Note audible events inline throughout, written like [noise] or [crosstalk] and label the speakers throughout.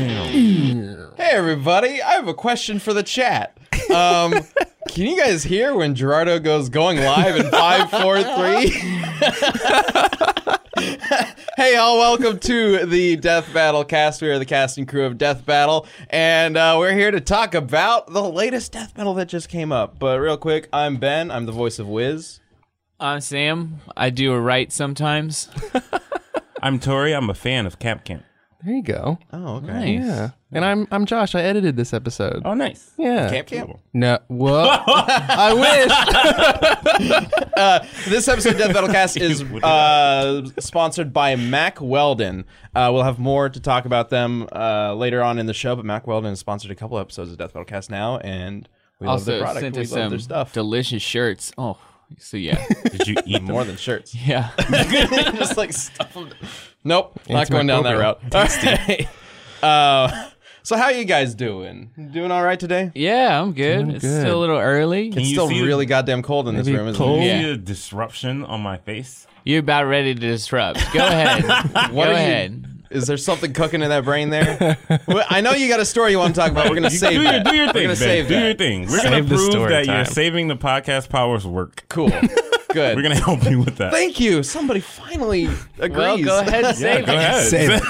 Speaker 1: Hey everybody, I have a question for the chat. [laughs] Um, can you guys hear when Gerardo goes going live in five, four, three? [laughs] hey all, welcome to the Death Battle cast. We are the casting crew of Death Battle, and uh, we're here to talk about the latest death metal that just came up. But real quick, I'm Ben. I'm the voice of Wiz.
Speaker 2: I'm Uh, Sam. I do a right sometimes.
Speaker 3: I'm Tori. I'm a fan of Camp Camp.
Speaker 4: There you go.
Speaker 1: Oh, okay.
Speaker 2: Nice.
Speaker 4: Yeah. And I'm I'm Josh. I edited this episode.
Speaker 3: Oh, nice.
Speaker 4: yeah.
Speaker 1: Camp Camp.
Speaker 4: No. What? I wish.
Speaker 1: This episode of Death Battle
Speaker 3: [laughs]
Speaker 1: Cast is uh, sponsored by Mac Weldon. Uh, we'll have more to talk about them uh, later on in the show, but Mac Weldon has sponsored a couple episodes of Death Battle Cast now, and we love
Speaker 2: also
Speaker 1: their product.
Speaker 2: sent
Speaker 1: We
Speaker 2: us
Speaker 1: love
Speaker 2: some
Speaker 1: their stuff.
Speaker 2: delicious shirts. Oh,
Speaker 1: [laughs]
Speaker 2: so yeah,
Speaker 3: Did you eat
Speaker 1: More
Speaker 3: more?
Speaker 1: than
Speaker 2: [laughs]
Speaker 1: shirts.
Speaker 2: yeah.
Speaker 1: Just [laughs] like stuff them. Nope, not going down that route.
Speaker 4: Antimicrobial.
Speaker 1: All right. Uh, so how you guys doing? Doing all right today?
Speaker 2: Yeah, I'm good.
Speaker 4: Doing
Speaker 2: it's
Speaker 4: good.
Speaker 2: still a little early.
Speaker 3: Can
Speaker 1: It's
Speaker 3: you
Speaker 1: still
Speaker 3: see the-
Speaker 1: really goddamn cold in this
Speaker 4: Maybe
Speaker 1: room, isn't
Speaker 3: Can
Speaker 1: it?
Speaker 3: you
Speaker 2: Yeah.
Speaker 3: see a disruption on my face?
Speaker 2: You're about ready to disrupt.
Speaker 1: [laughs]
Speaker 2: Go ahead. Go
Speaker 1: are you-
Speaker 2: ahead.
Speaker 1: Is there something cooking in that brain there?
Speaker 3: [laughs]
Speaker 1: Well, I know you got a story you want to talk about. We're gonna
Speaker 3: You-
Speaker 1: save
Speaker 3: do, your,
Speaker 1: that.
Speaker 3: do your
Speaker 1: We're
Speaker 3: thing,
Speaker 1: gonna
Speaker 3: Ben.
Speaker 1: save
Speaker 3: do
Speaker 1: that.
Speaker 3: your thing. We're going
Speaker 4: Save
Speaker 3: to
Speaker 4: the
Speaker 3: prove
Speaker 4: story
Speaker 3: that
Speaker 4: time.
Speaker 3: you're saving the podcast powers work.
Speaker 2: [laughs]
Speaker 1: Cool. Good.
Speaker 3: We're going to [laughs] help you with that.
Speaker 1: Thank you. Somebody finally agrees.
Speaker 2: [laughs] Well, go
Speaker 1: [laughs]
Speaker 2: ahead and
Speaker 3: yeah,
Speaker 2: save
Speaker 3: go
Speaker 2: it.
Speaker 3: ahead.
Speaker 4: Save it.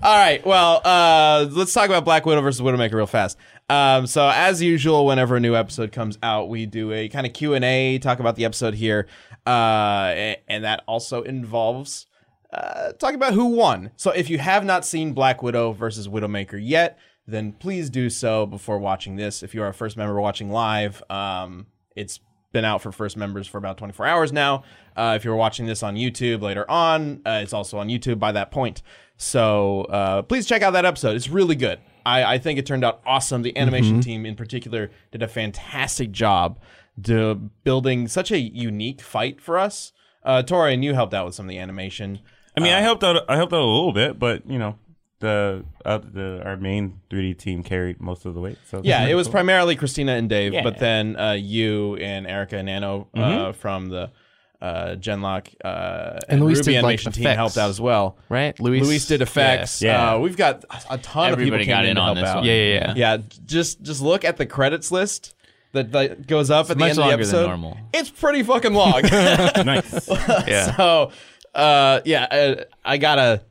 Speaker 1: All right. Well, uh, let's talk about Black Widow versus Widowmaker real fast. Um, so as usual, whenever a new episode comes out, we do a kind of Q and A, talk about the episode here, uh, a- and that also involves uh, talking about who won. So if you have not seen Black Widow versus Widowmaker yet, then please do so before watching this. If you are a first member watching live, um, it's been out for first members for about 24 hours now. Uh, if you're watching this on YouTube later on, uh, it's also on YouTube by that point. So uh, please check out that episode. It's really good. I, I think it turned out awesome. The animation
Speaker 4: Mm-hmm.
Speaker 1: team in particular did a fantastic job to building such a unique fight for us. Uh, Tori and you helped out with some of the animation.
Speaker 3: [laughs] I
Speaker 1: Uh.
Speaker 3: mean, I helped out. I helped out a little bit, but you know, the uh, the our main 3D team carried most of the weight. So
Speaker 1: Yeah,
Speaker 3: [laughs]
Speaker 1: it was primarily Christina and Dave, but then uh, you and Erica and Nano uh,
Speaker 4: Mm-hmm.
Speaker 1: from the uh, Genlock uh, and,
Speaker 4: Luis
Speaker 1: Ruby
Speaker 4: did, like,
Speaker 1: animation team
Speaker 4: effects.
Speaker 1: helped out as well.
Speaker 4: Right? Luis-
Speaker 1: Luis did effects.
Speaker 3: Yeah. Yeah.
Speaker 1: Uh, we've got a ton
Speaker 2: Everybody
Speaker 1: of people
Speaker 2: got
Speaker 1: came
Speaker 2: in
Speaker 1: to
Speaker 2: on
Speaker 1: help
Speaker 2: this
Speaker 1: out.
Speaker 2: one.
Speaker 4: Yeah, yeah, yeah.
Speaker 1: Yeah, just just look at the credits list that, that goes up at the end
Speaker 2: much
Speaker 1: of the
Speaker 2: longer than
Speaker 1: episode.
Speaker 2: normal.
Speaker 1: It's pretty fucking
Speaker 2: [laughs]
Speaker 1: long. [laughs]
Speaker 3: nice.
Speaker 4: Yeah.
Speaker 1: so, uh, yeah, uh, I gotta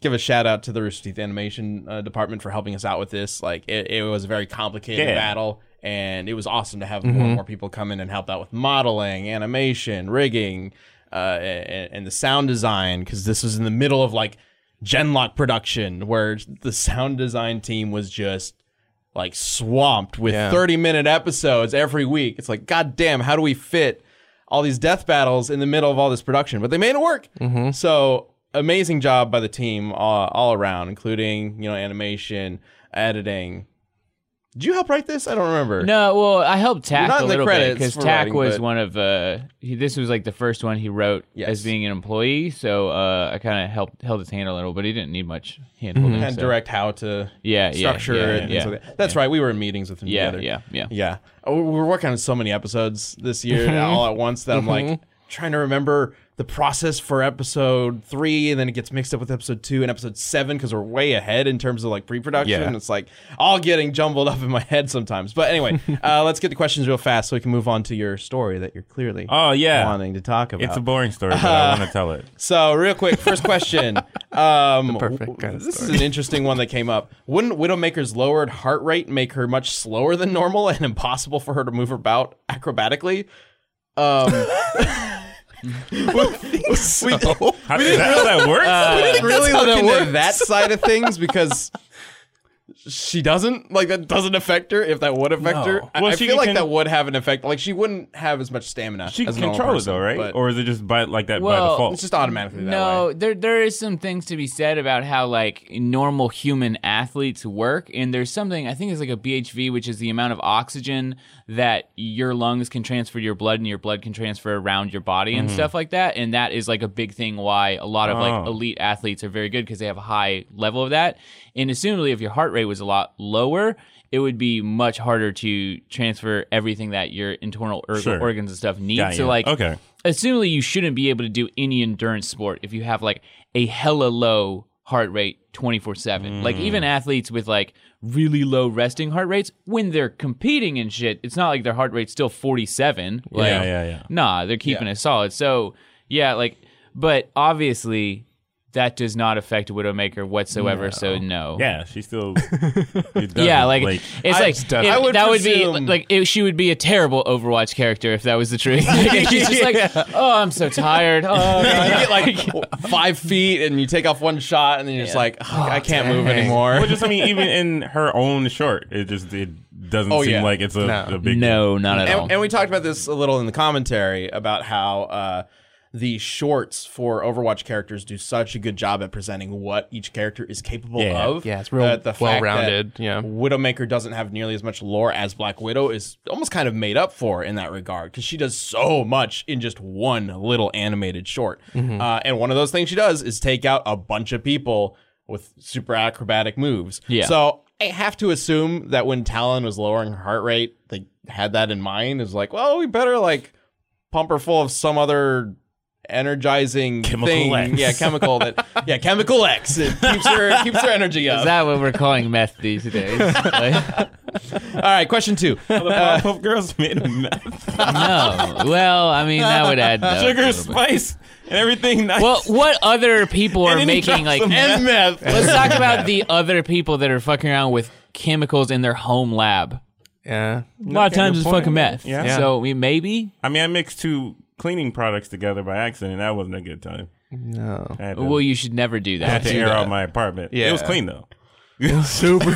Speaker 1: give a shout out to the Rooster Teeth animation uh, department for helping us out with this. Like, it, it was a very complicated
Speaker 3: Yeah.
Speaker 1: battle, and it was awesome to have more and more people come in and help out with modeling, animation, rigging, uh, and, and the sound design because this was in the middle of like Genlock production where the sound design team was just like swamped with 30 minute episodes every week. It's like, God damn, how do we fit all these death battles in the middle of all this production? But they made it work.
Speaker 2: Mm-hmm.
Speaker 1: So amazing job by the team all, all around, including, you know, animation, editing. Did you help write this? I don't remember.
Speaker 2: No, well, I helped Tack
Speaker 1: not
Speaker 2: a
Speaker 1: in the
Speaker 2: little bit
Speaker 1: credits
Speaker 2: because
Speaker 1: for
Speaker 2: Tack
Speaker 1: writing,
Speaker 2: was
Speaker 1: but-
Speaker 2: one of uh, he, this was like the first one he wrote
Speaker 1: Yes.
Speaker 2: as being an employee. So uh, I kind of helped held his hand a little, but he didn't need much hand holding.
Speaker 1: And
Speaker 2: so-
Speaker 1: direct how to
Speaker 2: Yeah, yeah,
Speaker 1: structure
Speaker 2: yeah,
Speaker 1: and things
Speaker 2: yeah,
Speaker 1: like that. That's right. We were in meetings with him
Speaker 2: Yeah,
Speaker 1: together.
Speaker 2: yeah, yeah.
Speaker 1: Yeah. Oh, we We're working on so many episodes this
Speaker 3: [laughs]
Speaker 1: year all at once that I'm
Speaker 3: Mm-hmm.
Speaker 1: like trying to remember the process for episode three, and then it gets mixed up with episode two and episode seven because we're way ahead in terms of like pre production.
Speaker 4: Yeah.
Speaker 1: and It's like all getting jumbled up in my head sometimes. But
Speaker 3: [laughs]
Speaker 1: anyway, uh, let's get to questions real fast so we can move on to your story that you're clearly
Speaker 3: Oh yeah,
Speaker 1: wanting to talk about.
Speaker 3: it's a boring story, but I
Speaker 1: Uh.
Speaker 3: want to tell it.
Speaker 1: So real quick, first
Speaker 3: [laughs]
Speaker 1: question. Um,
Speaker 4: perfect kind of
Speaker 1: this is an interesting one that came up. Wouldn't Widowmaker's lowered heart rate make her much slower than normal and impossible for her to move about acrobatically?
Speaker 3: [laughs]
Speaker 1: Um, [laughs] we, we [laughs]
Speaker 3: How, is that how that works?
Speaker 1: didn't really
Speaker 4: how
Speaker 1: look
Speaker 4: that
Speaker 1: into
Speaker 4: works.
Speaker 1: that side of things
Speaker 3: [laughs]
Speaker 1: because she doesn't like that doesn't affect her. If that would affect her, I,
Speaker 3: Well,
Speaker 1: I
Speaker 3: she
Speaker 1: feel like
Speaker 3: can-
Speaker 1: that would have an effect. Like she wouldn't have as much stamina.
Speaker 3: she can
Speaker 1: as a normal
Speaker 3: control it
Speaker 1: person,
Speaker 3: though, right?
Speaker 1: but
Speaker 3: Or is it just by like that by
Speaker 2: Well,
Speaker 3: default?
Speaker 1: it's just automatically that way.
Speaker 2: no, there there is some things to be said about how like normal human athletes work, and there's something I think it's like a BHV, which is the amount of oxygen that your lungs can transfer to your blood, and your blood can transfer around your body and stuff like that. And that is like a big thing why a lot of like
Speaker 3: Mm-hmm. Oh.
Speaker 2: elite athletes are very good because they have a high level of that. And assumably, if your heart rate was a lot lower. It would be much harder to transfer everything that your internal ergo-
Speaker 3: Sure.
Speaker 2: organs and stuff need.
Speaker 3: Yeah,
Speaker 2: so,
Speaker 3: yeah.
Speaker 2: like,
Speaker 3: Okay.
Speaker 2: assumingly you shouldn't be able to do any endurance sport if you have like a hella low heart rate 24 7. Like, even
Speaker 3: Mm.
Speaker 2: athletes with like really low resting heart rates, when they're competing and shit, it's not like their heart rate's still 47. Like,
Speaker 3: Yeah, yeah, yeah.
Speaker 2: Nah, they're keeping it solid. So, yeah, like, but obviously that does not affect Widowmaker whatsoever. So, no.
Speaker 3: Yeah, she [laughs] still. it
Speaker 2: Yeah,
Speaker 3: doesn't,
Speaker 2: like, it's
Speaker 1: I-
Speaker 2: like
Speaker 1: Stuff.
Speaker 2: if-
Speaker 1: I would
Speaker 2: that would be
Speaker 1: presume-
Speaker 2: like it, she would be a terrible Overwatch character if that was the truth. [laughs] Like, she's just like, oh, I'm so tired. Oh, God."
Speaker 1: [laughs] you get like five feet and you take off one shot and then you're just like, "Ugh, I can't move anymore.
Speaker 3: Well, [laughs] just I mean, even in her own short, it just it doesn't
Speaker 1: Oh,
Speaker 3: seem
Speaker 1: yeah.
Speaker 3: like it's a,
Speaker 4: No.
Speaker 3: a
Speaker 2: [laughs]
Speaker 3: big.
Speaker 2: no, not at all.
Speaker 1: and, and we talked about this a little in the commentary about how uh, the shorts for Overwatch characters do such a good job at presenting what each character is capable
Speaker 3: Yeah.
Speaker 1: of.
Speaker 4: Yeah, it's real
Speaker 1: That the fact that
Speaker 4: well-rounded, yeah.
Speaker 1: Widowmaker doesn't have nearly as much lore as Black Widow is almost kind of made up for in that regard because she does so much in just one little animated short.
Speaker 4: Mm-hmm.
Speaker 1: Uh, and one of those things she does is take out a bunch of people with super acrobatic moves.
Speaker 2: Yeah.
Speaker 1: So I have to assume that when Talon was lowering her heart rate, they had that in mind. Is like, well, we better like pump her full of some other energizing
Speaker 3: Chemical
Speaker 1: thing.
Speaker 3: X.
Speaker 1: Yeah, chemical that. Yeah, chemical X. It keeps her keeps her energy up.
Speaker 2: Is that what we're calling meth these [laughs] days? Like,
Speaker 1: All right, question two.
Speaker 3: The Powerpuff Girls made
Speaker 2: [laughs]
Speaker 3: of meth,
Speaker 2: no. Well, I mean that would add no.
Speaker 3: sugar, spice, and everything. Nice.
Speaker 2: Well, what other people are
Speaker 3: And then he
Speaker 2: making
Speaker 3: drops
Speaker 2: like?
Speaker 3: them.
Speaker 1: and meth.
Speaker 2: Let's talk about the other people that are fucking around with chemicals in their home lab.
Speaker 4: Yeah.
Speaker 2: A lot of times it's fucking meth.
Speaker 3: Yeah.
Speaker 2: So I mean, maybe
Speaker 3: I mean, I mixed two cleaning products together by accident. and That wasn't a good time.
Speaker 4: No.
Speaker 3: I had to,
Speaker 2: well, you should never do
Speaker 3: I had
Speaker 2: that.
Speaker 3: to air out my apartment.
Speaker 4: Yeah.
Speaker 3: it was clean though.
Speaker 4: Super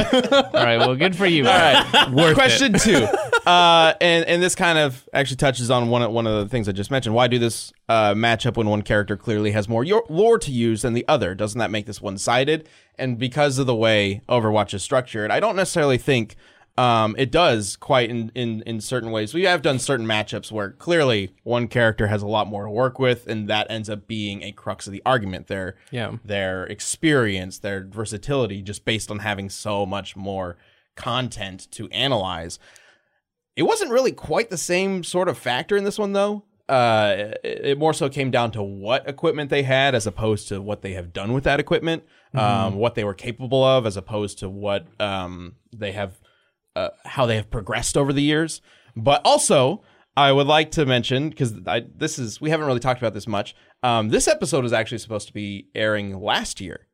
Speaker 2: [laughs] All right. Well, good for you.
Speaker 1: All right, question two. Uh, and and this kind of actually touches on one of- one of the things I just mentioned. Why do this uh, matchup when one character clearly has more yo- lore to use than the other? Doesn't that make this one sided? And because of the way Overwatch is structured, I don't necessarily think um, it does quite in, in in certain ways. We have done certain matchups where clearly one character has a lot more to work with, and that ends up being a crux of the argument. There,
Speaker 4: Yeah.
Speaker 1: their experience, their versatility, just based on having so much more content to analyze. It wasn't really quite the same sort of factor in this one, though. Uh, it, it more so came down to what equipment they had as opposed to what they have done with that equipment, um, what they were capable of as opposed to what um, they have, uh, how they have progressed over the years. But also, I would like to mention because this is we haven't really talked about this much. Um, this episode was actually supposed to be airing last year,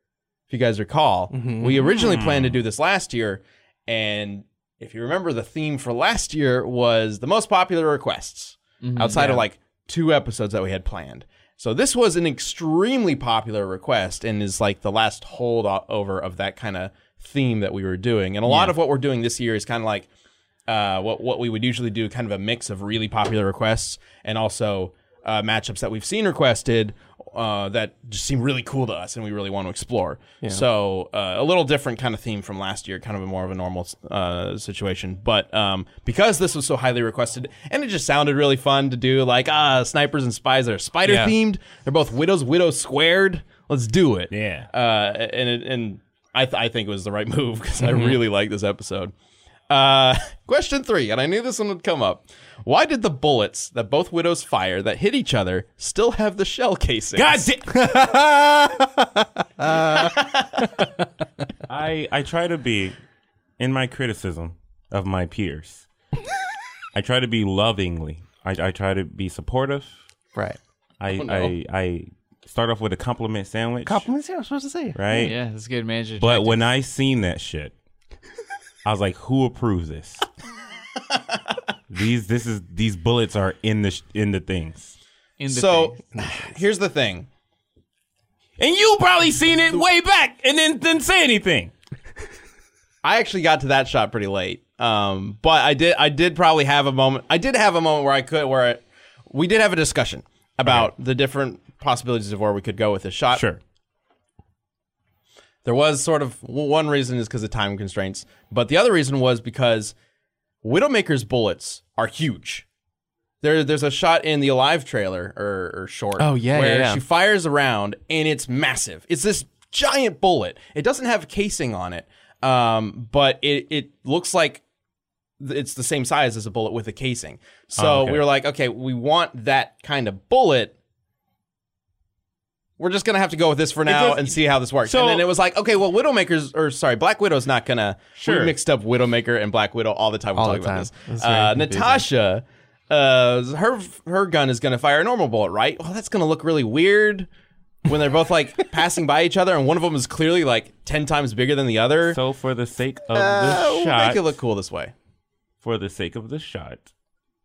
Speaker 1: if you guys recall. We originally planned to do this last year, and if you remember, the theme for last year was the most popular requests outside of like two episodes that we had planned. So this was an extremely popular request and is like the last holdover of that kind of theme that we were doing. And a lot of what we're doing this year is kind of like uh, what what we would usually do, kind of a mix of really popular requests and also uh, matchups that we've seen requested uh, that just seem really cool to us and we really want to explore. So uh, a little different kind of theme from last year, kind of a more of a normal uh, situation. But um, because this was so highly requested and it just sounded really fun to do, like ah, snipers and spies that are spider themed. They're both widows, widow squared. Let's do it.
Speaker 3: Yeah.
Speaker 1: Uh, and it, and I th- I think it was the right [laughs] move because I really like this episode. Uh, [laughs] question three, and I knew this one would come up. Why did the bullets that both widows fire that hit each other still have the shell casing?
Speaker 3: God damn. I I try to be in my criticism of my peers. I try to be lovingly. I, I try to be supportive.
Speaker 4: Right.
Speaker 3: I, I I start off with a compliment sandwich,
Speaker 4: Compliments here, I'm supposed to say.
Speaker 3: right?
Speaker 2: Yeah, that's good manager.
Speaker 3: But when I seen that shit, I was like, "Who approves this? these this is these bullets are in the sh- in the things."
Speaker 2: in the
Speaker 1: So
Speaker 2: thing.
Speaker 1: here's the thing.
Speaker 3: And you probably seen it way back and then didn't say anything.
Speaker 1: I actually got to that shot pretty late. Um, but I did I did probably have a moment. I did have a moment where I could where I, we did have a discussion about the different possibilities of where we could go with this shot.
Speaker 3: Sure.
Speaker 1: There was sort of well, one reason is because of time constraints, but the other reason was because Widowmaker's bullets are huge. There, there's a shot in the Alive trailer or, or short.
Speaker 4: Oh, yeah,
Speaker 1: where
Speaker 4: yeah, yeah.
Speaker 1: she fires around and it's massive. It's this giant bullet. It doesn't have casing on it, um, but it it looks like th- it's the same size as a bullet with a casing. So
Speaker 4: Oh,
Speaker 3: okay.
Speaker 1: we were like, okay, we want that kind of bullet we're just gonna have to go with this for now
Speaker 3: does-
Speaker 1: and see how this works.
Speaker 3: so-
Speaker 1: and then it was like, okay, well, Widowmaker's or sorry, Black Widow's not gonna.
Speaker 3: Sure.
Speaker 1: We mixed up Widowmaker and Black Widow all the time. We're
Speaker 4: All
Speaker 1: talking
Speaker 4: the time.
Speaker 1: about this.
Speaker 4: That's very
Speaker 1: Uh,
Speaker 4: confusing.
Speaker 1: Natasha, uh, her her gun is gonna fire a normal bullet, right? Well, that's gonna look really weird when they're both
Speaker 4: [laughs]
Speaker 1: like passing by each other, and one of them is clearly like ten times bigger than the other.
Speaker 3: So for the sake of
Speaker 1: Uh,
Speaker 3: the
Speaker 1: we'll
Speaker 3: shot,
Speaker 1: make it look cool this way.
Speaker 3: for the sake of the shot,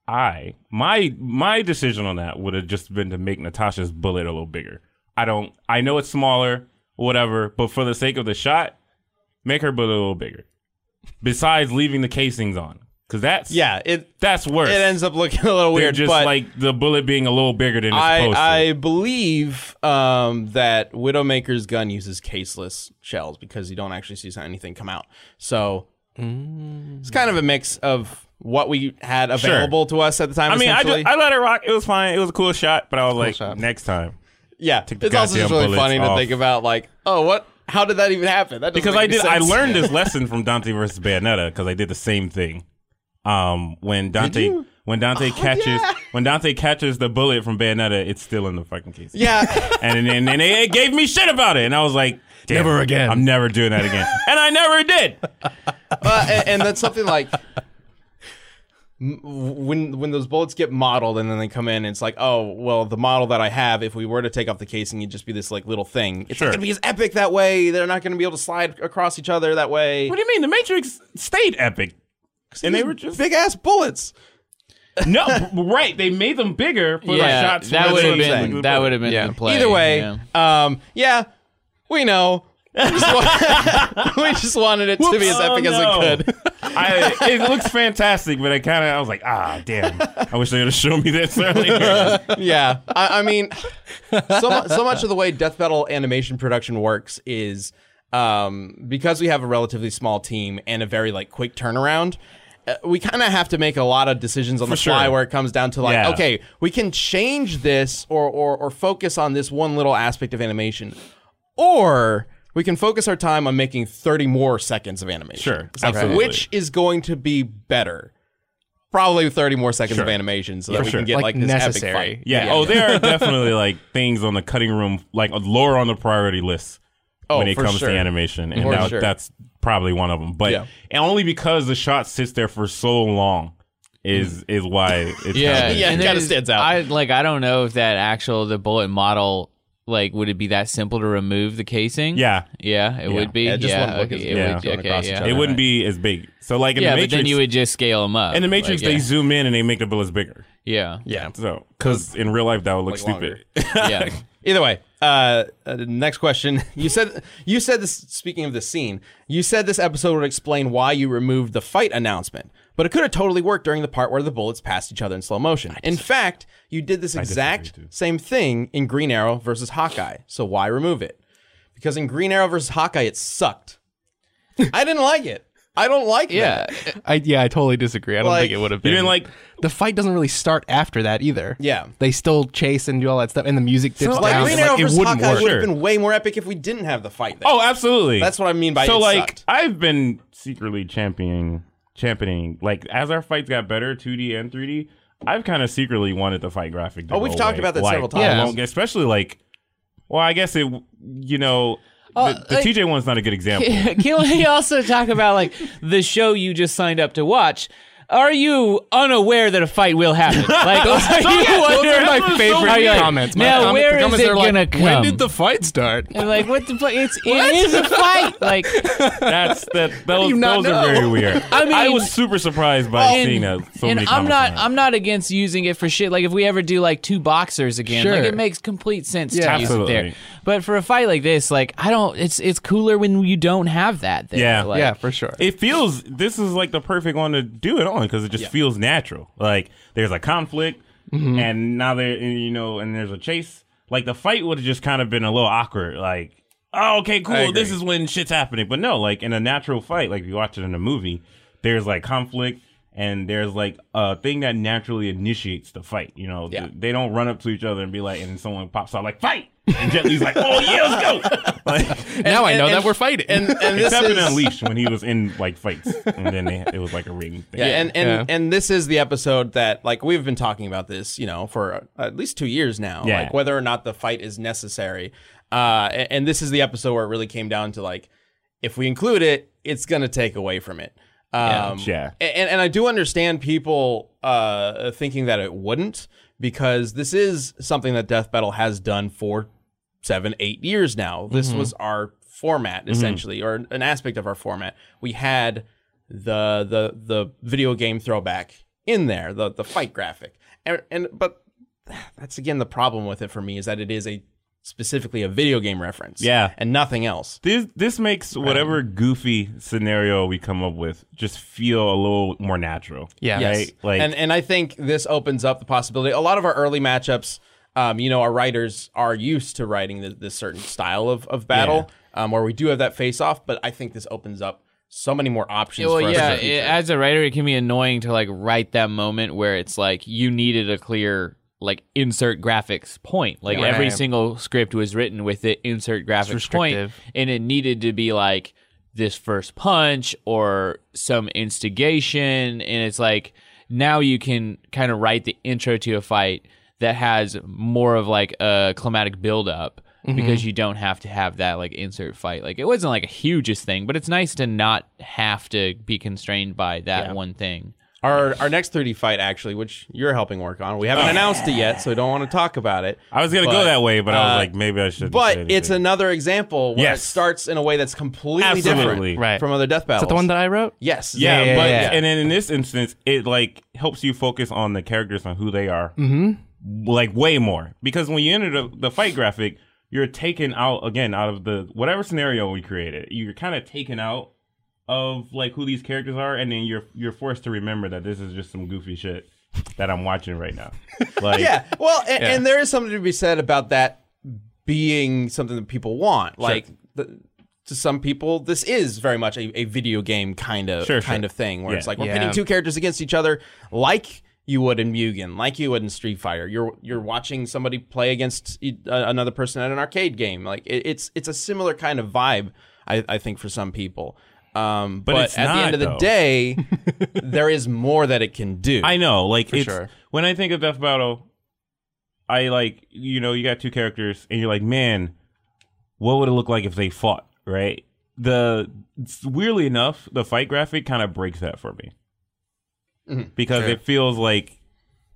Speaker 3: I my my decision on that would have just been to make Natasha's bullet a little bigger. I don't. I know it's smaller, whatever. But for the sake of the shot, make her bullet a little bigger. Besides leaving the casings on, because that's
Speaker 1: Yeah, it
Speaker 3: that's worse.
Speaker 1: it ends up looking a little
Speaker 3: They're
Speaker 1: weird,
Speaker 3: just
Speaker 1: but
Speaker 3: like the bullet being a little bigger than it's supposed
Speaker 1: I,
Speaker 3: to.
Speaker 1: I believe um, that Widowmaker's gun uses caseless shells because you don't actually see anything come out. So
Speaker 3: Mm.
Speaker 1: it's kind of a mix of what we had available to us at the time.
Speaker 3: I mean, I,
Speaker 1: essentially.
Speaker 3: just, I let it rock. It was fine. It was a cool shot, but I was like,
Speaker 4: shot.
Speaker 3: next time.
Speaker 1: yeah,
Speaker 3: the
Speaker 1: it's also just
Speaker 3: goddamn
Speaker 1: really funny
Speaker 3: bullets
Speaker 1: to
Speaker 3: off.
Speaker 1: think about. Like, oh, what? How did that even happen? That doesn't
Speaker 3: because
Speaker 1: make
Speaker 3: I
Speaker 1: any
Speaker 3: did. I
Speaker 1: sense.
Speaker 3: learned this lesson from Dante versus Bayonetta because I did the same thing. Um, when Dante when Dante catches when Dante catches the bullet from Bayonetta, it's still in the fucking case.
Speaker 1: [laughs]
Speaker 3: [laughs]
Speaker 1: Yeah,
Speaker 3: and then and they gave me shit about it, and I was like, "Damn,
Speaker 4: Never again."
Speaker 3: I'm never doing that again, and I never did.
Speaker 1: uh, and, and that's something like m- when when those bullets get modeled and then they come in, it's like, oh well, the model that I have, if we were to take off the casing, it'd just be this like little thing. It's
Speaker 3: Sure.
Speaker 1: not gonna be as epic that way. They're not gonna be able to slide across each other that way.
Speaker 3: What do you mean? The Matrix stayed epic, and they were just
Speaker 1: big ass bullets.
Speaker 3: no [laughs] right. They made them bigger for
Speaker 2: yeah,
Speaker 3: the shots.
Speaker 2: that
Speaker 3: where
Speaker 2: would
Speaker 3: they
Speaker 2: have
Speaker 3: look
Speaker 2: been
Speaker 3: like the
Speaker 2: that
Speaker 3: bullet.
Speaker 2: would have been
Speaker 4: Yeah.
Speaker 2: the play.
Speaker 1: Either way,
Speaker 2: yeah.
Speaker 1: yeah, um, yeah we know. we just wa- [laughs] we just wanted it to be as
Speaker 3: Whoops.
Speaker 1: epic
Speaker 3: Oh,
Speaker 1: as it
Speaker 3: no.
Speaker 1: could.
Speaker 3: [laughs] I, it looks fantastic, but I kind of I was like, ah, damn. I wish they would have shown me this [laughs] earlier.
Speaker 1: [laughs] yeah, I, I mean, so, mu- so much of the way death metal animation production works is um, because we have a relatively small team and a very like quick turnaround. uh, We kind of have to make a lot of decisions on the fly
Speaker 3: sure.
Speaker 1: where it comes down to like,
Speaker 3: Yeah.
Speaker 1: okay, we can change this or, or or focus on this one little aspect of animation, or we can focus our time on making thirty more seconds of animation.
Speaker 3: Sure,
Speaker 1: It's like,
Speaker 3: absolutely.
Speaker 1: which is going to be better? Probably thirty more seconds of animation, so that we
Speaker 3: sure.
Speaker 1: can get like,
Speaker 4: Like,
Speaker 1: this
Speaker 4: necessary.
Speaker 1: epic fight.
Speaker 3: Yeah. oh, there are definitely like things on the cutting room, like lower on the priority list when it
Speaker 1: Oh, for
Speaker 3: comes
Speaker 1: sure.
Speaker 3: to animation, and
Speaker 1: For
Speaker 3: that-
Speaker 1: sure.
Speaker 3: that's probably one of them. But
Speaker 1: Yeah.
Speaker 3: and only because the shot sits there for so long is is why
Speaker 1: [laughs]
Speaker 3: it's [laughs]
Speaker 2: Yeah,
Speaker 3: happening.
Speaker 1: Mm. Yeah, it
Speaker 2: there
Speaker 1: kinda
Speaker 2: is-
Speaker 1: stands out.
Speaker 2: I like. I don't know if that actual the bullet model like would it be that simple to remove the casing?
Speaker 3: yeah.
Speaker 2: yeah, it would be.
Speaker 1: Yeah, just one look
Speaker 2: okay,
Speaker 1: is-
Speaker 2: it
Speaker 3: yeah,
Speaker 2: would-
Speaker 1: going
Speaker 2: okay,
Speaker 1: across each
Speaker 2: yeah.
Speaker 1: other.
Speaker 3: It
Speaker 1: Alright.
Speaker 3: wouldn't be as big. So like in
Speaker 2: yeah,
Speaker 3: the
Speaker 2: but
Speaker 3: Matrix,
Speaker 2: then you would just scale them up.
Speaker 3: in the Matrix
Speaker 2: Like,
Speaker 3: they zoom in and they make the bullets bigger.
Speaker 2: yeah,
Speaker 1: Yeah.
Speaker 3: So because in real life that would look
Speaker 1: Like longer.
Speaker 3: stupid. [laughs]
Speaker 2: yeah, yeah.
Speaker 1: Either way, uh, uh, next question. [laughs] You said you said this. Speaking of the scene, you said this episode would explain why you removed the fight announcement, but it could have totally worked during the part where the bullets passed each other in slow motion. In fact, you did this exact same thing in Green Arrow versus Hawkeye. So why remove it? Because in Green Arrow versus Hawkeye, it
Speaker 4: [laughs]
Speaker 1: sucked. I didn't like it. I don't like
Speaker 2: yeah.
Speaker 1: that.
Speaker 4: I yeah, I totally disagree. I don't
Speaker 1: Like,
Speaker 4: think it would have
Speaker 3: You
Speaker 4: been
Speaker 1: [laughs]
Speaker 3: didn't like
Speaker 4: the fight doesn't really start after that either.
Speaker 1: Yeah.
Speaker 4: They still chase and do all that stuff and the music dips
Speaker 3: So,
Speaker 4: down.
Speaker 1: Like
Speaker 4: and,
Speaker 1: Green Arrow
Speaker 4: [laughs] like, it
Speaker 1: versus
Speaker 4: wouldn't
Speaker 1: Hawkeye
Speaker 4: work.
Speaker 1: would have
Speaker 3: Sure.
Speaker 1: been way more epic if we didn't have the fight. There.
Speaker 3: Oh, absolutely.
Speaker 1: That's what I mean by
Speaker 3: so.
Speaker 1: it
Speaker 3: like,
Speaker 1: sucked.
Speaker 3: I've been secretly championing, championing. Like as our fights got better, 2D and 3D, I've kind of secretly wanted the fight graphic. To
Speaker 1: Oh, we've
Speaker 3: go
Speaker 1: talked
Speaker 3: away.
Speaker 1: about that
Speaker 3: Like,
Speaker 1: several times.
Speaker 3: along- especially like, well, I guess it. You know, the, the
Speaker 2: Uh, like-
Speaker 3: TJ one's not a good example.
Speaker 2: [laughs] Can we also talk about like the show you just signed up to watch? Are you unaware that a fight will
Speaker 4: [laughs]
Speaker 2: happen? Like, are you
Speaker 4: Those
Speaker 2: wonder-
Speaker 4: are my favorite
Speaker 2: Are you like,
Speaker 4: comments. My
Speaker 2: now,
Speaker 4: comment-
Speaker 2: where
Speaker 4: the
Speaker 2: is
Speaker 4: comments
Speaker 2: it
Speaker 4: are like,
Speaker 2: gonna come?
Speaker 4: When did the fight start?
Speaker 2: And like, what the fuck? It's it is a fight.
Speaker 4: [laughs]
Speaker 2: Like,
Speaker 3: [laughs] That's
Speaker 2: [laughs]
Speaker 3: that. Those,
Speaker 4: you not
Speaker 3: those are
Speaker 4: know?
Speaker 3: very weird.
Speaker 2: I mean-
Speaker 3: was super surprised by
Speaker 2: and,
Speaker 3: seeing that. So
Speaker 2: and
Speaker 3: many
Speaker 2: I'm
Speaker 3: comments
Speaker 2: not
Speaker 3: on that.
Speaker 2: I'm not against using it for shit. Like, if we ever do like two boxers again, like
Speaker 4: Sure.
Speaker 2: it makes complete sense
Speaker 4: Yeah.
Speaker 2: to
Speaker 3: Absolutely.
Speaker 2: use it there. But for a fight like this, like I don't. It's it's cooler when you don't have that. There.
Speaker 3: Yeah.
Speaker 2: Like,
Speaker 4: yeah, for sure.
Speaker 3: It feels this is like the perfect one to do it on because it just feels natural. Like there's a conflict, and now there and, you know, and there's a chase. Like the fight would have just kind of been a little awkward. Like, oh, okay, cool. This is when shit's happening. But no, like in a natural fight, like if you watch it in a movie, there's like conflict. and there's like a thing that naturally initiates the fight. You know,
Speaker 1: Yeah.
Speaker 3: they don't run up to each other and be like, and someone pops out like fight, and Jet Li's like, oh yeah, let's go. [laughs] Like,
Speaker 4: now I
Speaker 1: and-
Speaker 4: know
Speaker 1: and-
Speaker 4: that we're fighting.
Speaker 1: and
Speaker 4: [laughs]
Speaker 1: and this
Speaker 3: except in
Speaker 1: is
Speaker 3: Unleashed when he was in like fights, and then they, it was like a ring thing.
Speaker 1: Yeah, and and,
Speaker 4: Yeah.
Speaker 1: and this is the episode that like we've been talking about this, you know, for uh, at least two years now,
Speaker 3: Yeah.
Speaker 1: like whether or not the fight is necessary. Uh, and, and this is the episode where it really came down to like, if we include it, it's gonna take away from it. Um,
Speaker 3: Yeah.
Speaker 1: a- And and I do understand people uh thinking that it wouldn't because this is something that Death Battle has done for seven, eight years now. This was our format essentially, or an aspect of our format. We had the the the video game throwback in there, the the fight graphic, and, and but that's again the problem with it for me is that it is a specifically a video game reference,
Speaker 3: Yeah.
Speaker 1: and nothing else.
Speaker 3: This this makes whatever goofy scenario we come up with just feel a little more natural.
Speaker 4: Yeah.
Speaker 3: right?
Speaker 1: Yes.
Speaker 3: Like
Speaker 1: and and I think this opens up the possibility. A lot of our early matchups, um, you know, our writers are used to writing th- this certain style of of battle, um, where we do have that face off. But I think this opens up so many more options.
Speaker 2: Well,
Speaker 1: for
Speaker 2: yeah.
Speaker 1: us in the
Speaker 2: it-
Speaker 1: future.
Speaker 2: as a writer, it can be annoying to like write that moment where it's like you needed a clear like insert graphics point. Like
Speaker 4: Right.
Speaker 2: every single script was written with it insert graphics point,
Speaker 4: restrictive.
Speaker 2: and it needed to be like this first punch or some instigation, and it's like now you can kind of write the intro to a fight that has more of like a climatic buildup. Because you don't have to have that like insert fight. Like it wasn't like a hugest thing, but it's nice to not have to be constrained by that one thing.
Speaker 1: our our next thirty fight actually, which you're helping work on, we haven't announced it yet, so we don't want to talk about it.
Speaker 3: Oh, I was gonna go
Speaker 1: But-
Speaker 3: that way, but I
Speaker 1: uh,
Speaker 3: was like, maybe I should.
Speaker 1: But it's
Speaker 3: a
Speaker 1: another example where it
Speaker 3: Yes.
Speaker 1: starts in a way that's completely
Speaker 3: Absolutely.
Speaker 1: different
Speaker 4: Right.
Speaker 1: from other death battles.
Speaker 4: the one that I wrote?
Speaker 1: yes,
Speaker 3: yeah,
Speaker 4: Yeah, yeah,
Speaker 3: but
Speaker 4: yeah.
Speaker 3: and then in this instance, it like helps you focus on the characters and who they are, mm-hmm. like way more because when you enter the, the fight graphic, you're taken out again out of the whatever scenario we created. You're kind of taken out of like who these characters are, and then you're you're forced to remember that this is just some goofy shit that I'm watching right now. Like,
Speaker 1: yeah. Well, and, and there is something to be said about that being something that people want. Like the, to some people, this is very much a, a video game kind of
Speaker 3: Sure,
Speaker 1: kind
Speaker 3: sure.
Speaker 1: of thing where it's
Speaker 3: Yeah.
Speaker 1: like we're
Speaker 4: Yeah.
Speaker 1: pitting two characters against each other, like you would in Mugen, like you would in Street Fighter. You're you're watching somebody play against e- uh, another person at an arcade game. Like it, it's it's a similar kind of vibe, I, I think, for some people. Um, but
Speaker 3: it's
Speaker 1: at the
Speaker 3: not,
Speaker 1: end of the
Speaker 3: though. [laughs]
Speaker 1: day, there is more that it can do.
Speaker 3: I know, like it's
Speaker 4: sure.
Speaker 3: when I think of Death Battle, I like you know you got two characters and you're like, man, what would it look like if they fought, right? The weirdly enough, the fight graphic kind of breaks that for me because it feels like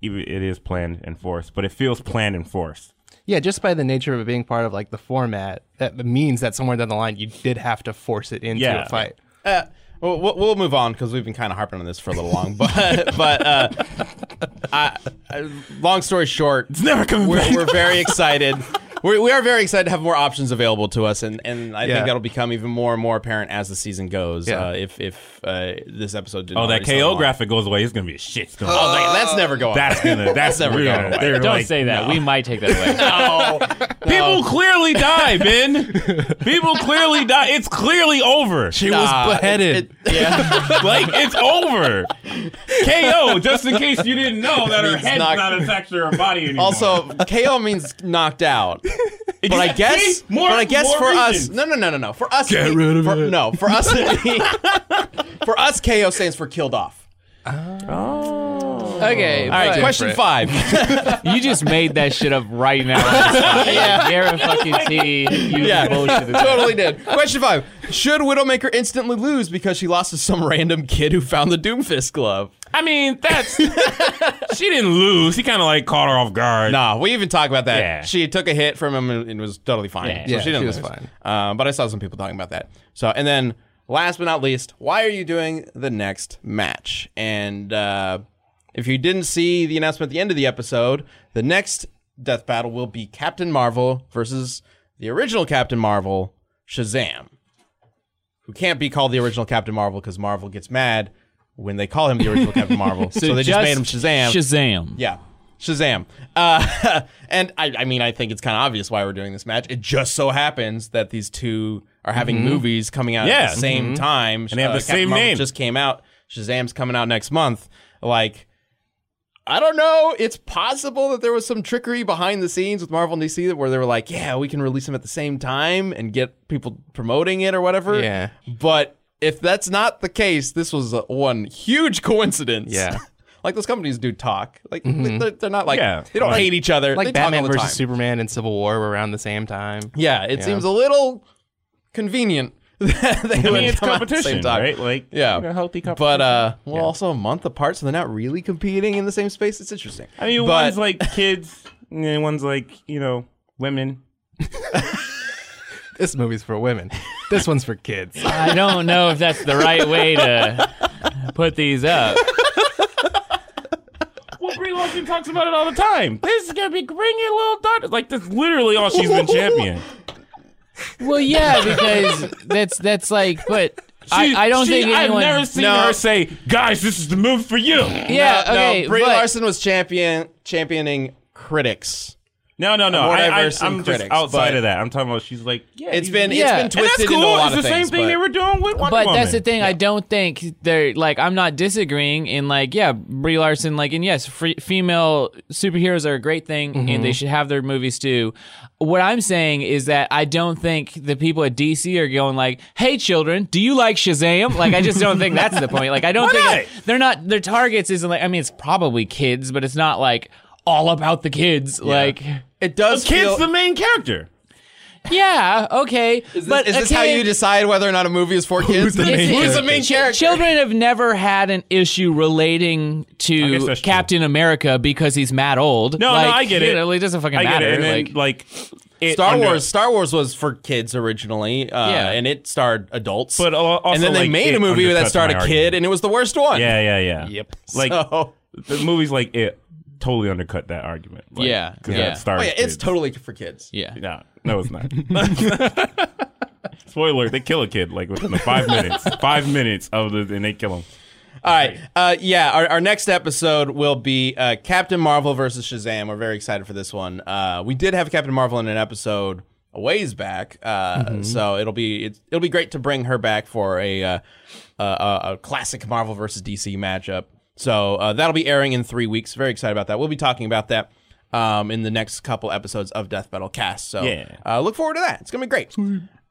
Speaker 3: even it is planned and forced, but it feels planned and forced.
Speaker 4: Yeah, just by the nature of it being part of like the format, that means that somewhere down the line you did have to force it into
Speaker 3: Yeah.
Speaker 4: a fight.
Speaker 1: Uh, we'll, we'll- we'll move on because we've been kind of harping on this for a little long. [laughs] But but uh, I, I, long story short,
Speaker 3: It's never coming
Speaker 1: we're,
Speaker 3: back.
Speaker 1: we're
Speaker 4: [laughs]
Speaker 1: very excited. We're, we are very excited to have more options available to us, and, and I
Speaker 4: Yeah.
Speaker 1: think that'll become even more and more apparent as the season goes.
Speaker 4: Yeah.
Speaker 1: Uh, if if uh, this episode didn't
Speaker 3: oh, that
Speaker 1: already sell
Speaker 3: KO
Speaker 1: along.
Speaker 3: graphic goes away. It's gonna be a shit. storm.
Speaker 1: Oh, like, that's never going.
Speaker 3: [laughs] that's gonna. That's
Speaker 1: never
Speaker 3: never
Speaker 1: going away.
Speaker 2: Don't say that. We might take that away.
Speaker 3: Oh,
Speaker 1: no,
Speaker 3: People clearly die, Ben. People clearly die. It's clearly over.
Speaker 4: She was beheaded.
Speaker 1: yeah,
Speaker 3: Like it's over. KO. Just in case you didn't know that her
Speaker 1: Means
Speaker 3: head's
Speaker 1: knock-
Speaker 3: not, attached to her body
Speaker 1: [laughs]
Speaker 3: anymore.
Speaker 1: also, KO means knocked
Speaker 3: [laughs]
Speaker 1: out. But I guess,
Speaker 3: See? More-
Speaker 1: but I guess
Speaker 3: more
Speaker 1: for us,
Speaker 3: reasons.
Speaker 1: no, no, no, no, no. For us,
Speaker 4: Get rid of
Speaker 1: for,
Speaker 4: it.
Speaker 1: No, for
Speaker 4: [laughs]
Speaker 1: us, to be- for us, KO stands for killed off.
Speaker 2: [laughs] okay.
Speaker 1: All right,
Speaker 2: but-
Speaker 1: question five. [laughs]
Speaker 2: You just made that shit up right now. [laughs] yeah. [laughs] You're a fucking T. You
Speaker 1: Yeah.
Speaker 2: bullshit.
Speaker 1: totally did. Question five: Should Widowmaker instantly lose because she lost to some random kid who found the Doomfist glove?
Speaker 3: I mean, that's she didn't lose. He kind of like caught her off guard.
Speaker 1: Nah, we even talk about that.
Speaker 3: Yeah.
Speaker 1: She took a hit from him and and was totally fine.
Speaker 2: Yeah.
Speaker 1: So
Speaker 4: Yeah,
Speaker 1: she didn't
Speaker 4: she was
Speaker 1: lose.
Speaker 4: fine.
Speaker 1: Uh, but I saw some people talking about that. So and then last but not least, why are you doing the next match? And uh, if you didn't see the announcement at the end of the episode, the next death battle will be Captain Marvel versus the original Captain Marvel, Shazam, who can't be called the original Captain Marvel because Marvel gets mad when they call him the original Captain Marvel. So, they just, made him Shazam.
Speaker 2: Shazam.
Speaker 1: Yeah. Shazam. Uh, [laughs] and I, I mean, I think it's kind of obvious why we're doing this match. It just so happens that these two are having movies coming out
Speaker 3: Mm-hmm. Yeah. Mm-hmm.
Speaker 1: at the same time. Uh,
Speaker 3: And they have the
Speaker 1: Captain
Speaker 3: same
Speaker 1: Marvel
Speaker 3: name.
Speaker 1: Just came out. Shazam's coming out next month. Like, I don't know. It's possible that there was some trickery behind the scenes with Marvel and DC that where they were like, yeah, we can release them at the same time and get people promoting it or whatever.
Speaker 4: Yeah.
Speaker 1: But if that's not the case, this was uh, one huge [laughs] coincidence.
Speaker 4: Yeah.
Speaker 1: like those companies do talk. Like they're, they're not like
Speaker 3: Mm-hmm. Yeah.
Speaker 1: they don't
Speaker 3: Like-
Speaker 1: hate each other.
Speaker 4: Like
Speaker 1: they
Speaker 4: Batman
Speaker 1: talk all the
Speaker 4: versus
Speaker 1: time.
Speaker 4: Superman and Civil War were around the same time.
Speaker 1: Yeah, it seems a little convenient [laughs] that they
Speaker 3: I
Speaker 1: would
Speaker 3: mean, it's
Speaker 1: come out at the [laughs]
Speaker 3: competition,
Speaker 1: same time.
Speaker 3: right? Like,
Speaker 1: Yeah.
Speaker 3: you know, healthy competition.
Speaker 1: But uh, well, also a month apart, so they're not really competing in the same space. It's interesting.
Speaker 3: I mean,
Speaker 1: but,
Speaker 3: one's like kids, and one's like you know women.
Speaker 4: This movie's for women. This one's
Speaker 2: [laughs]
Speaker 4: for kids.
Speaker 2: I don't know if that's the right way to put these up.
Speaker 3: Well, Brie Larson talks about it all the time. This is gonna be bring your little daughter. Like that's literally all she's been champion.
Speaker 2: Well, yeah, because that's that's like, but I,
Speaker 3: She-
Speaker 2: I don't
Speaker 3: she-
Speaker 2: think anyone.
Speaker 3: I've never seen
Speaker 1: No.
Speaker 3: her say, "Guys, this is the move for you."
Speaker 2: yeah,
Speaker 1: no,
Speaker 2: okay,
Speaker 1: no, Brie
Speaker 2: but-
Speaker 1: Larson was champion championing critics.
Speaker 3: No, no, no.
Speaker 1: More
Speaker 3: I, I, I'm
Speaker 1: diverse in critics,
Speaker 3: just outside
Speaker 1: but-
Speaker 3: of that. I'm talking about she's like, yeah,
Speaker 1: It's
Speaker 3: he's-
Speaker 1: been
Speaker 2: Yeah. And
Speaker 1: it's
Speaker 2: that's
Speaker 1: been
Speaker 3: and that's
Speaker 1: twisted
Speaker 3: cool.
Speaker 1: into a lot
Speaker 3: It's the
Speaker 1: of things.
Speaker 3: same thing
Speaker 1: but-
Speaker 3: they were doing with Wonder
Speaker 2: but
Speaker 3: Woman.
Speaker 2: that's the thing. I don't think they're like. I'm not disagreeing in like. Yeah, Brie Larson. Like, and yes, free, female superheroes are a great thing,
Speaker 1: Mm-hmm.
Speaker 2: and they should have their movies too. What I'm saying is that I don't think the people at DC are going like, "Hey, children, do you like Shazam?" Like, I just don't think that's the point. Like, I don't think
Speaker 3: not?
Speaker 2: that- they're not their targets isn't like. I mean, it's probably kids, but it's not like all about the kids. Like,
Speaker 1: It does
Speaker 3: Kid's
Speaker 1: feel.
Speaker 3: the main character.
Speaker 2: yeah, okay,
Speaker 1: is
Speaker 2: but
Speaker 1: this,
Speaker 2: a
Speaker 1: is this how
Speaker 2: kid-
Speaker 1: you decide whether or not a movie is for kids?
Speaker 4: the
Speaker 1: Who's
Speaker 4: main
Speaker 1: the
Speaker 4: character?
Speaker 1: main
Speaker 2: Ch-
Speaker 1: character?
Speaker 2: Children have never had an issue relating
Speaker 3: I guess
Speaker 2: to
Speaker 3: that's true.
Speaker 2: Captain America because he's mad old.
Speaker 3: No,
Speaker 2: Like,
Speaker 3: no, I get
Speaker 2: you
Speaker 3: it.
Speaker 2: know, it doesn't fucking
Speaker 3: I get
Speaker 2: matter.
Speaker 3: it. And then,
Speaker 2: like,
Speaker 3: like, it
Speaker 1: Star
Speaker 3: under-
Speaker 1: Wars. Star Wars was for kids originally, uh,
Speaker 2: Yeah.
Speaker 1: and it starred adults.
Speaker 3: But al- also,
Speaker 1: and then they
Speaker 3: like,
Speaker 1: made
Speaker 3: it
Speaker 1: a movie that
Speaker 3: undercuts
Speaker 1: starred a
Speaker 3: my
Speaker 1: kid,
Speaker 3: argument.
Speaker 1: and it was the worst one.
Speaker 3: Yeah, yeah, yeah.
Speaker 4: Yep.
Speaker 1: [laughs]
Speaker 3: Like
Speaker 1: So-
Speaker 3: the movies, like it, totally undercut that argument. Like,
Speaker 2: Yeah,
Speaker 3: 'cause
Speaker 2: yeah.
Speaker 3: that stars
Speaker 1: oh yeah, it's
Speaker 3: kids.
Speaker 1: totally for kids.
Speaker 2: yeah.
Speaker 3: No, no, it's not. [laughs] Spoiler: They kill a kid like within the five minutes. Five minutes of the, and they kill him.
Speaker 1: All right. Uh, yeah, our, our next episode will be uh, Captain Marvel versus Shazam. We're very excited for this one. Uh, we did have Captain Marvel in an episode a ways back, uh, so it'll be it's, it'll be great to bring her back for a uh, a, a, a classic Marvel versus DC matchup. So uh, that'll be airing in three weeks. Very excited about that. We'll be talking about that um, in the next couple episodes of Death Metal Cast. So
Speaker 3: Yeah.
Speaker 1: uh, look forward to that. It's gonna be great.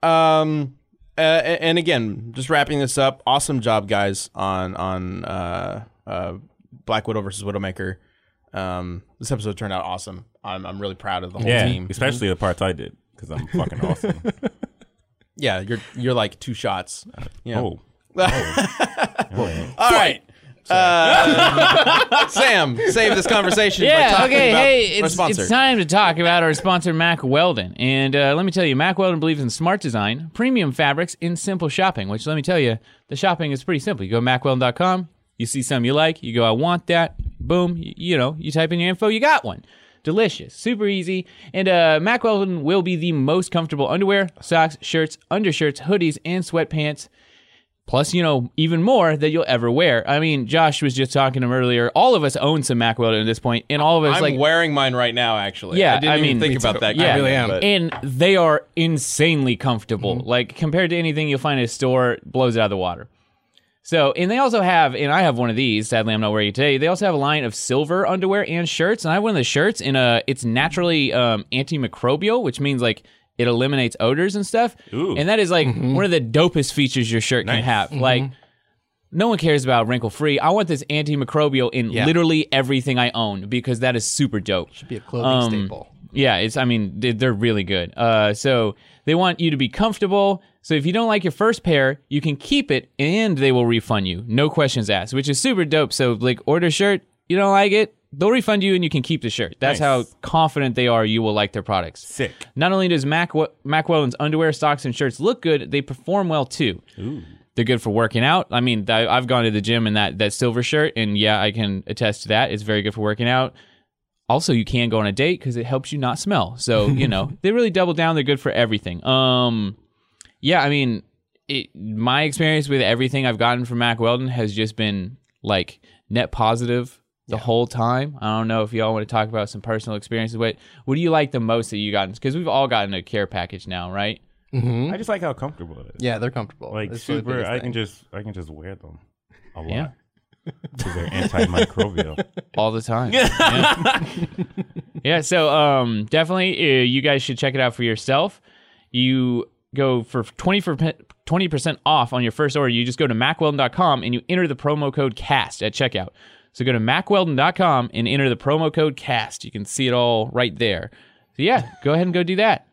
Speaker 1: Um, uh, a- and again, just wrapping this up. Awesome job, guys, on on uh, uh, Black Widow versus Widowmaker. Um, this episode turned out awesome. I'm I'm really proud of the whole team.
Speaker 3: especially the parts I did because I'm [laughs] fucking awesome.
Speaker 1: Yeah, you're you're like two shots. Yeah.
Speaker 3: Oh,
Speaker 1: All right. Uh, [laughs] Sam, save this conversation. by
Speaker 2: Yeah,
Speaker 1: talking
Speaker 2: okay,
Speaker 1: about
Speaker 2: hey,
Speaker 1: our
Speaker 2: it's,
Speaker 1: sponsor.
Speaker 2: it's time to talk about our sponsor, Mac Weldon. And uh, let me tell you, Mac Weldon believes in smart design, premium fabrics, and simple shopping, which let me tell you, the shopping is pretty simple. You go to macweldon.com, you see something you like, you go, I want that, boom, y- you know, you type in your info, you got one. Delicious, super easy, and uh, Mac Weldon will be the most comfortable underwear, socks, shirts, undershirts, hoodies, and sweatpants plus you know even more that you'll ever wear i mean josh was just talking to him earlier all of us own some mac weldon at this point and all of us
Speaker 1: I'm
Speaker 2: like
Speaker 1: wearing mine right now, actually.
Speaker 2: Yeah,
Speaker 1: I didn't
Speaker 2: I
Speaker 1: even
Speaker 2: mean-
Speaker 1: think
Speaker 2: Me
Speaker 1: about
Speaker 4: too.
Speaker 1: that.
Speaker 2: Yeah. I really
Speaker 4: am.
Speaker 1: but-
Speaker 2: and they are insanely comfortable like compared to anything you'll find at a store it blows it out of the water so and they also have and i have one of these sadly i'm not wearing it today they also have a line of silver underwear and shirts and i have one of the shirts in a it's naturally um, antimicrobial which means like it eliminates odors and stuff
Speaker 3: Ooh.
Speaker 2: and that is like one of the dopest features your shirt can
Speaker 3: Nice.
Speaker 2: have like no one cares about wrinkle free. I want this antimicrobial in literally everything I own because that is super dope. Should
Speaker 4: Be a clothing staple.
Speaker 2: Um, Yeah, it's. I mean, they- they're really good. Uh, so they want you to be comfortable. So if you don't like your first pair, you can keep it, and they will refund you, no questions asked, which is super dope. So like, order a shirt. You don't like it, they'll refund you, and you can keep the shirt. That's
Speaker 3: Nice.
Speaker 2: how confident they are you will like their products.
Speaker 3: sick.
Speaker 2: Not only does Mac, Mac Weldon's underwear, socks, and shirts look good, they perform well too. They're good for working out. I mean, I- I've gone to the gym in that, that silver shirt, and yeah, I can attest to that. It's very good for working out. Also, you can go on a date because it helps you not smell. So, you know, they really double down. They're good for everything. Um, yeah, I mean, it, my experience with everything I've gotten from Mac Weldon has just been like net positive the whole time. I don't know if y'all want to talk about some personal experiences, but what do you like the most that you gotten? Because we've all gotten a care package now, right?
Speaker 3: I just like how comfortable it is.
Speaker 4: Yeah, they're comfortable.
Speaker 3: Like
Speaker 4: That's really the
Speaker 3: super,
Speaker 4: biggest
Speaker 3: I
Speaker 4: thing.
Speaker 3: can just I can just wear them a lot.
Speaker 2: Yeah.
Speaker 3: Because they're antimicrobial.
Speaker 2: all the
Speaker 3: [laughs]
Speaker 2: time. Yeah. Yeah, so um, definitely, uh, you guys should check it out for yourself. You go for 20 for 20% off on your first order. You just go to macweldon.com and you enter the promo code CAST at checkout. So go to macweldon.com and enter the promo code CAST. You can see it all right there. So yeah, go ahead and go do
Speaker 3: [laughs]
Speaker 2: that.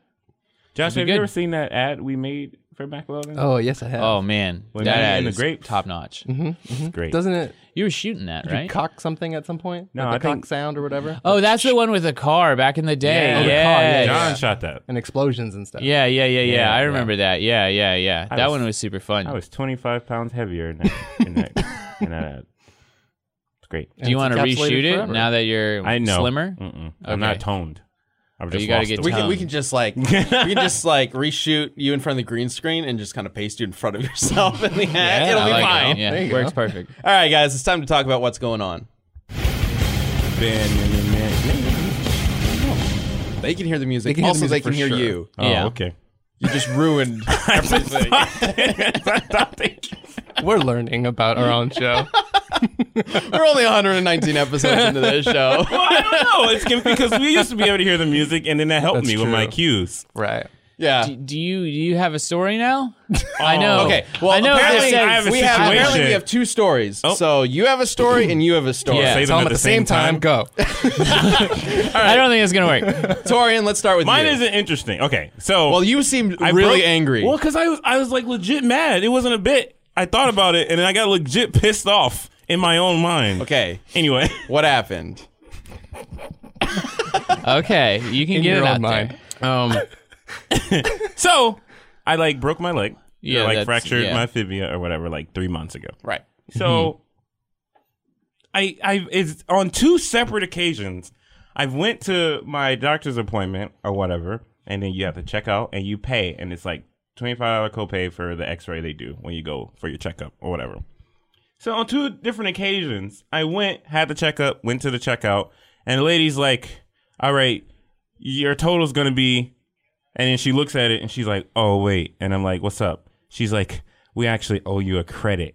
Speaker 3: Josh, have
Speaker 2: good.
Speaker 3: you ever seen that ad we made for Mac Weldon?
Speaker 4: Oh yes, I have.
Speaker 2: Oh man,
Speaker 3: When
Speaker 2: that
Speaker 3: you're
Speaker 2: ad
Speaker 3: in the
Speaker 2: is
Speaker 3: grapes. Mm-hmm.
Speaker 2: top notch.
Speaker 3: It's great.
Speaker 4: Doesn't it
Speaker 2: You were shooting that, right?
Speaker 4: cock something at some point?
Speaker 3: No,
Speaker 4: like the
Speaker 3: I
Speaker 4: cock
Speaker 3: think-
Speaker 4: sound or whatever,
Speaker 2: Oh, that's the one with the car back in the day. Yeah,
Speaker 3: Yeah. Oh, the car,
Speaker 2: yeah,
Speaker 4: yeah.
Speaker 3: John shot that.
Speaker 4: and explosions and stuff.
Speaker 2: Yeah, yeah, yeah, yeah.
Speaker 3: Yeah,
Speaker 2: I
Speaker 3: yeah.
Speaker 2: remember that. Yeah, yeah, yeah. that
Speaker 3: was-
Speaker 2: one was super fun.
Speaker 3: I was 25 pounds heavier in that, in that, in that ad. It's great.
Speaker 4: And
Speaker 2: Do you
Speaker 4: it's
Speaker 2: want to
Speaker 4: encapsulated
Speaker 2: reshoot it
Speaker 4: forever.
Speaker 2: now that you're
Speaker 3: I know.
Speaker 2: slimmer?
Speaker 3: Mm-mm. I'm
Speaker 2: Okay.
Speaker 3: not toned. I've just
Speaker 2: you gotta
Speaker 3: lost
Speaker 2: get
Speaker 3: the
Speaker 1: We can, we
Speaker 2: Tongue.
Speaker 1: can just like we can just like reshoot you in front of the green screen and just kind of paste you in front of [laughs] yourself in the ad. It'll
Speaker 2: I
Speaker 1: be
Speaker 2: like
Speaker 1: fine.
Speaker 2: It. Yeah,
Speaker 4: There you
Speaker 2: works
Speaker 4: go.
Speaker 2: perfect.
Speaker 1: All right, guys, it's time to talk about what's going on. They can hear the music.
Speaker 4: They can hear the
Speaker 1: also,
Speaker 4: music
Speaker 1: they can
Speaker 4: for
Speaker 1: hear
Speaker 4: sure.
Speaker 1: you.
Speaker 3: Oh,
Speaker 2: Yeah.
Speaker 3: [laughs] okay.
Speaker 1: You just ruined everything.
Speaker 4: We're learning about our
Speaker 2: [laughs]
Speaker 4: own show.
Speaker 1: [laughs] We're only 119 episodes into this show.
Speaker 3: Well, I don't know. It's con- because we used to be able to hear the music, and then that helped
Speaker 4: That's
Speaker 3: me with my
Speaker 4: true.
Speaker 3: cues.
Speaker 4: right.
Speaker 1: Yeah.
Speaker 2: Do, do you do you have a story
Speaker 3: [laughs]
Speaker 2: now? I
Speaker 3: Oh,
Speaker 2: know.
Speaker 1: Okay. Well,
Speaker 2: Oh, I know.
Speaker 1: apparently
Speaker 2: This says,
Speaker 3: I have a
Speaker 1: we have
Speaker 3: situation.
Speaker 1: apparently we have two stories.
Speaker 3: Oh.
Speaker 1: So you have a story and you have a story.
Speaker 2: Yeah.
Speaker 3: Say
Speaker 4: Tell
Speaker 3: them
Speaker 4: them at the same
Speaker 3: [laughs]
Speaker 4: time. Go.
Speaker 2: I don't think it's gonna work.
Speaker 1: Torian, let's start with
Speaker 3: Mine
Speaker 1: you.
Speaker 3: isn't interesting. Okay, so
Speaker 1: Well, you seemed
Speaker 3: I
Speaker 1: really
Speaker 3: broke-
Speaker 1: angry.
Speaker 3: Well, because I was I was like legit mad. It wasn't a bit. I thought about it, and then I got legit pissed off in my own mind.
Speaker 1: Okay.
Speaker 3: Anyway,
Speaker 1: What happened?
Speaker 2: Okay, you can
Speaker 4: In
Speaker 2: get
Speaker 4: your
Speaker 2: it out
Speaker 4: own mind.
Speaker 2: there. Um, [laughs]
Speaker 3: so I like broke my leg.
Speaker 2: Yeah,
Speaker 3: Or, like
Speaker 2: that's-
Speaker 3: fractured
Speaker 2: yeah.
Speaker 3: my fibia or whatever, like three months ago.
Speaker 1: Right.
Speaker 3: So I I it's on two separate occasions I went to my doctor's appointment or whatever, and then you have to check out and you pay and it's like twenty five dollar copay for the x ray they do when you go for your checkup or whatever. So on two different occasions, I went, had the checkup, went to the checkout, and the lady's like, All right, your total's gonna be and then she looks at it and she's like, Oh wait and I'm like, What's up? She's like, We actually owe you a credit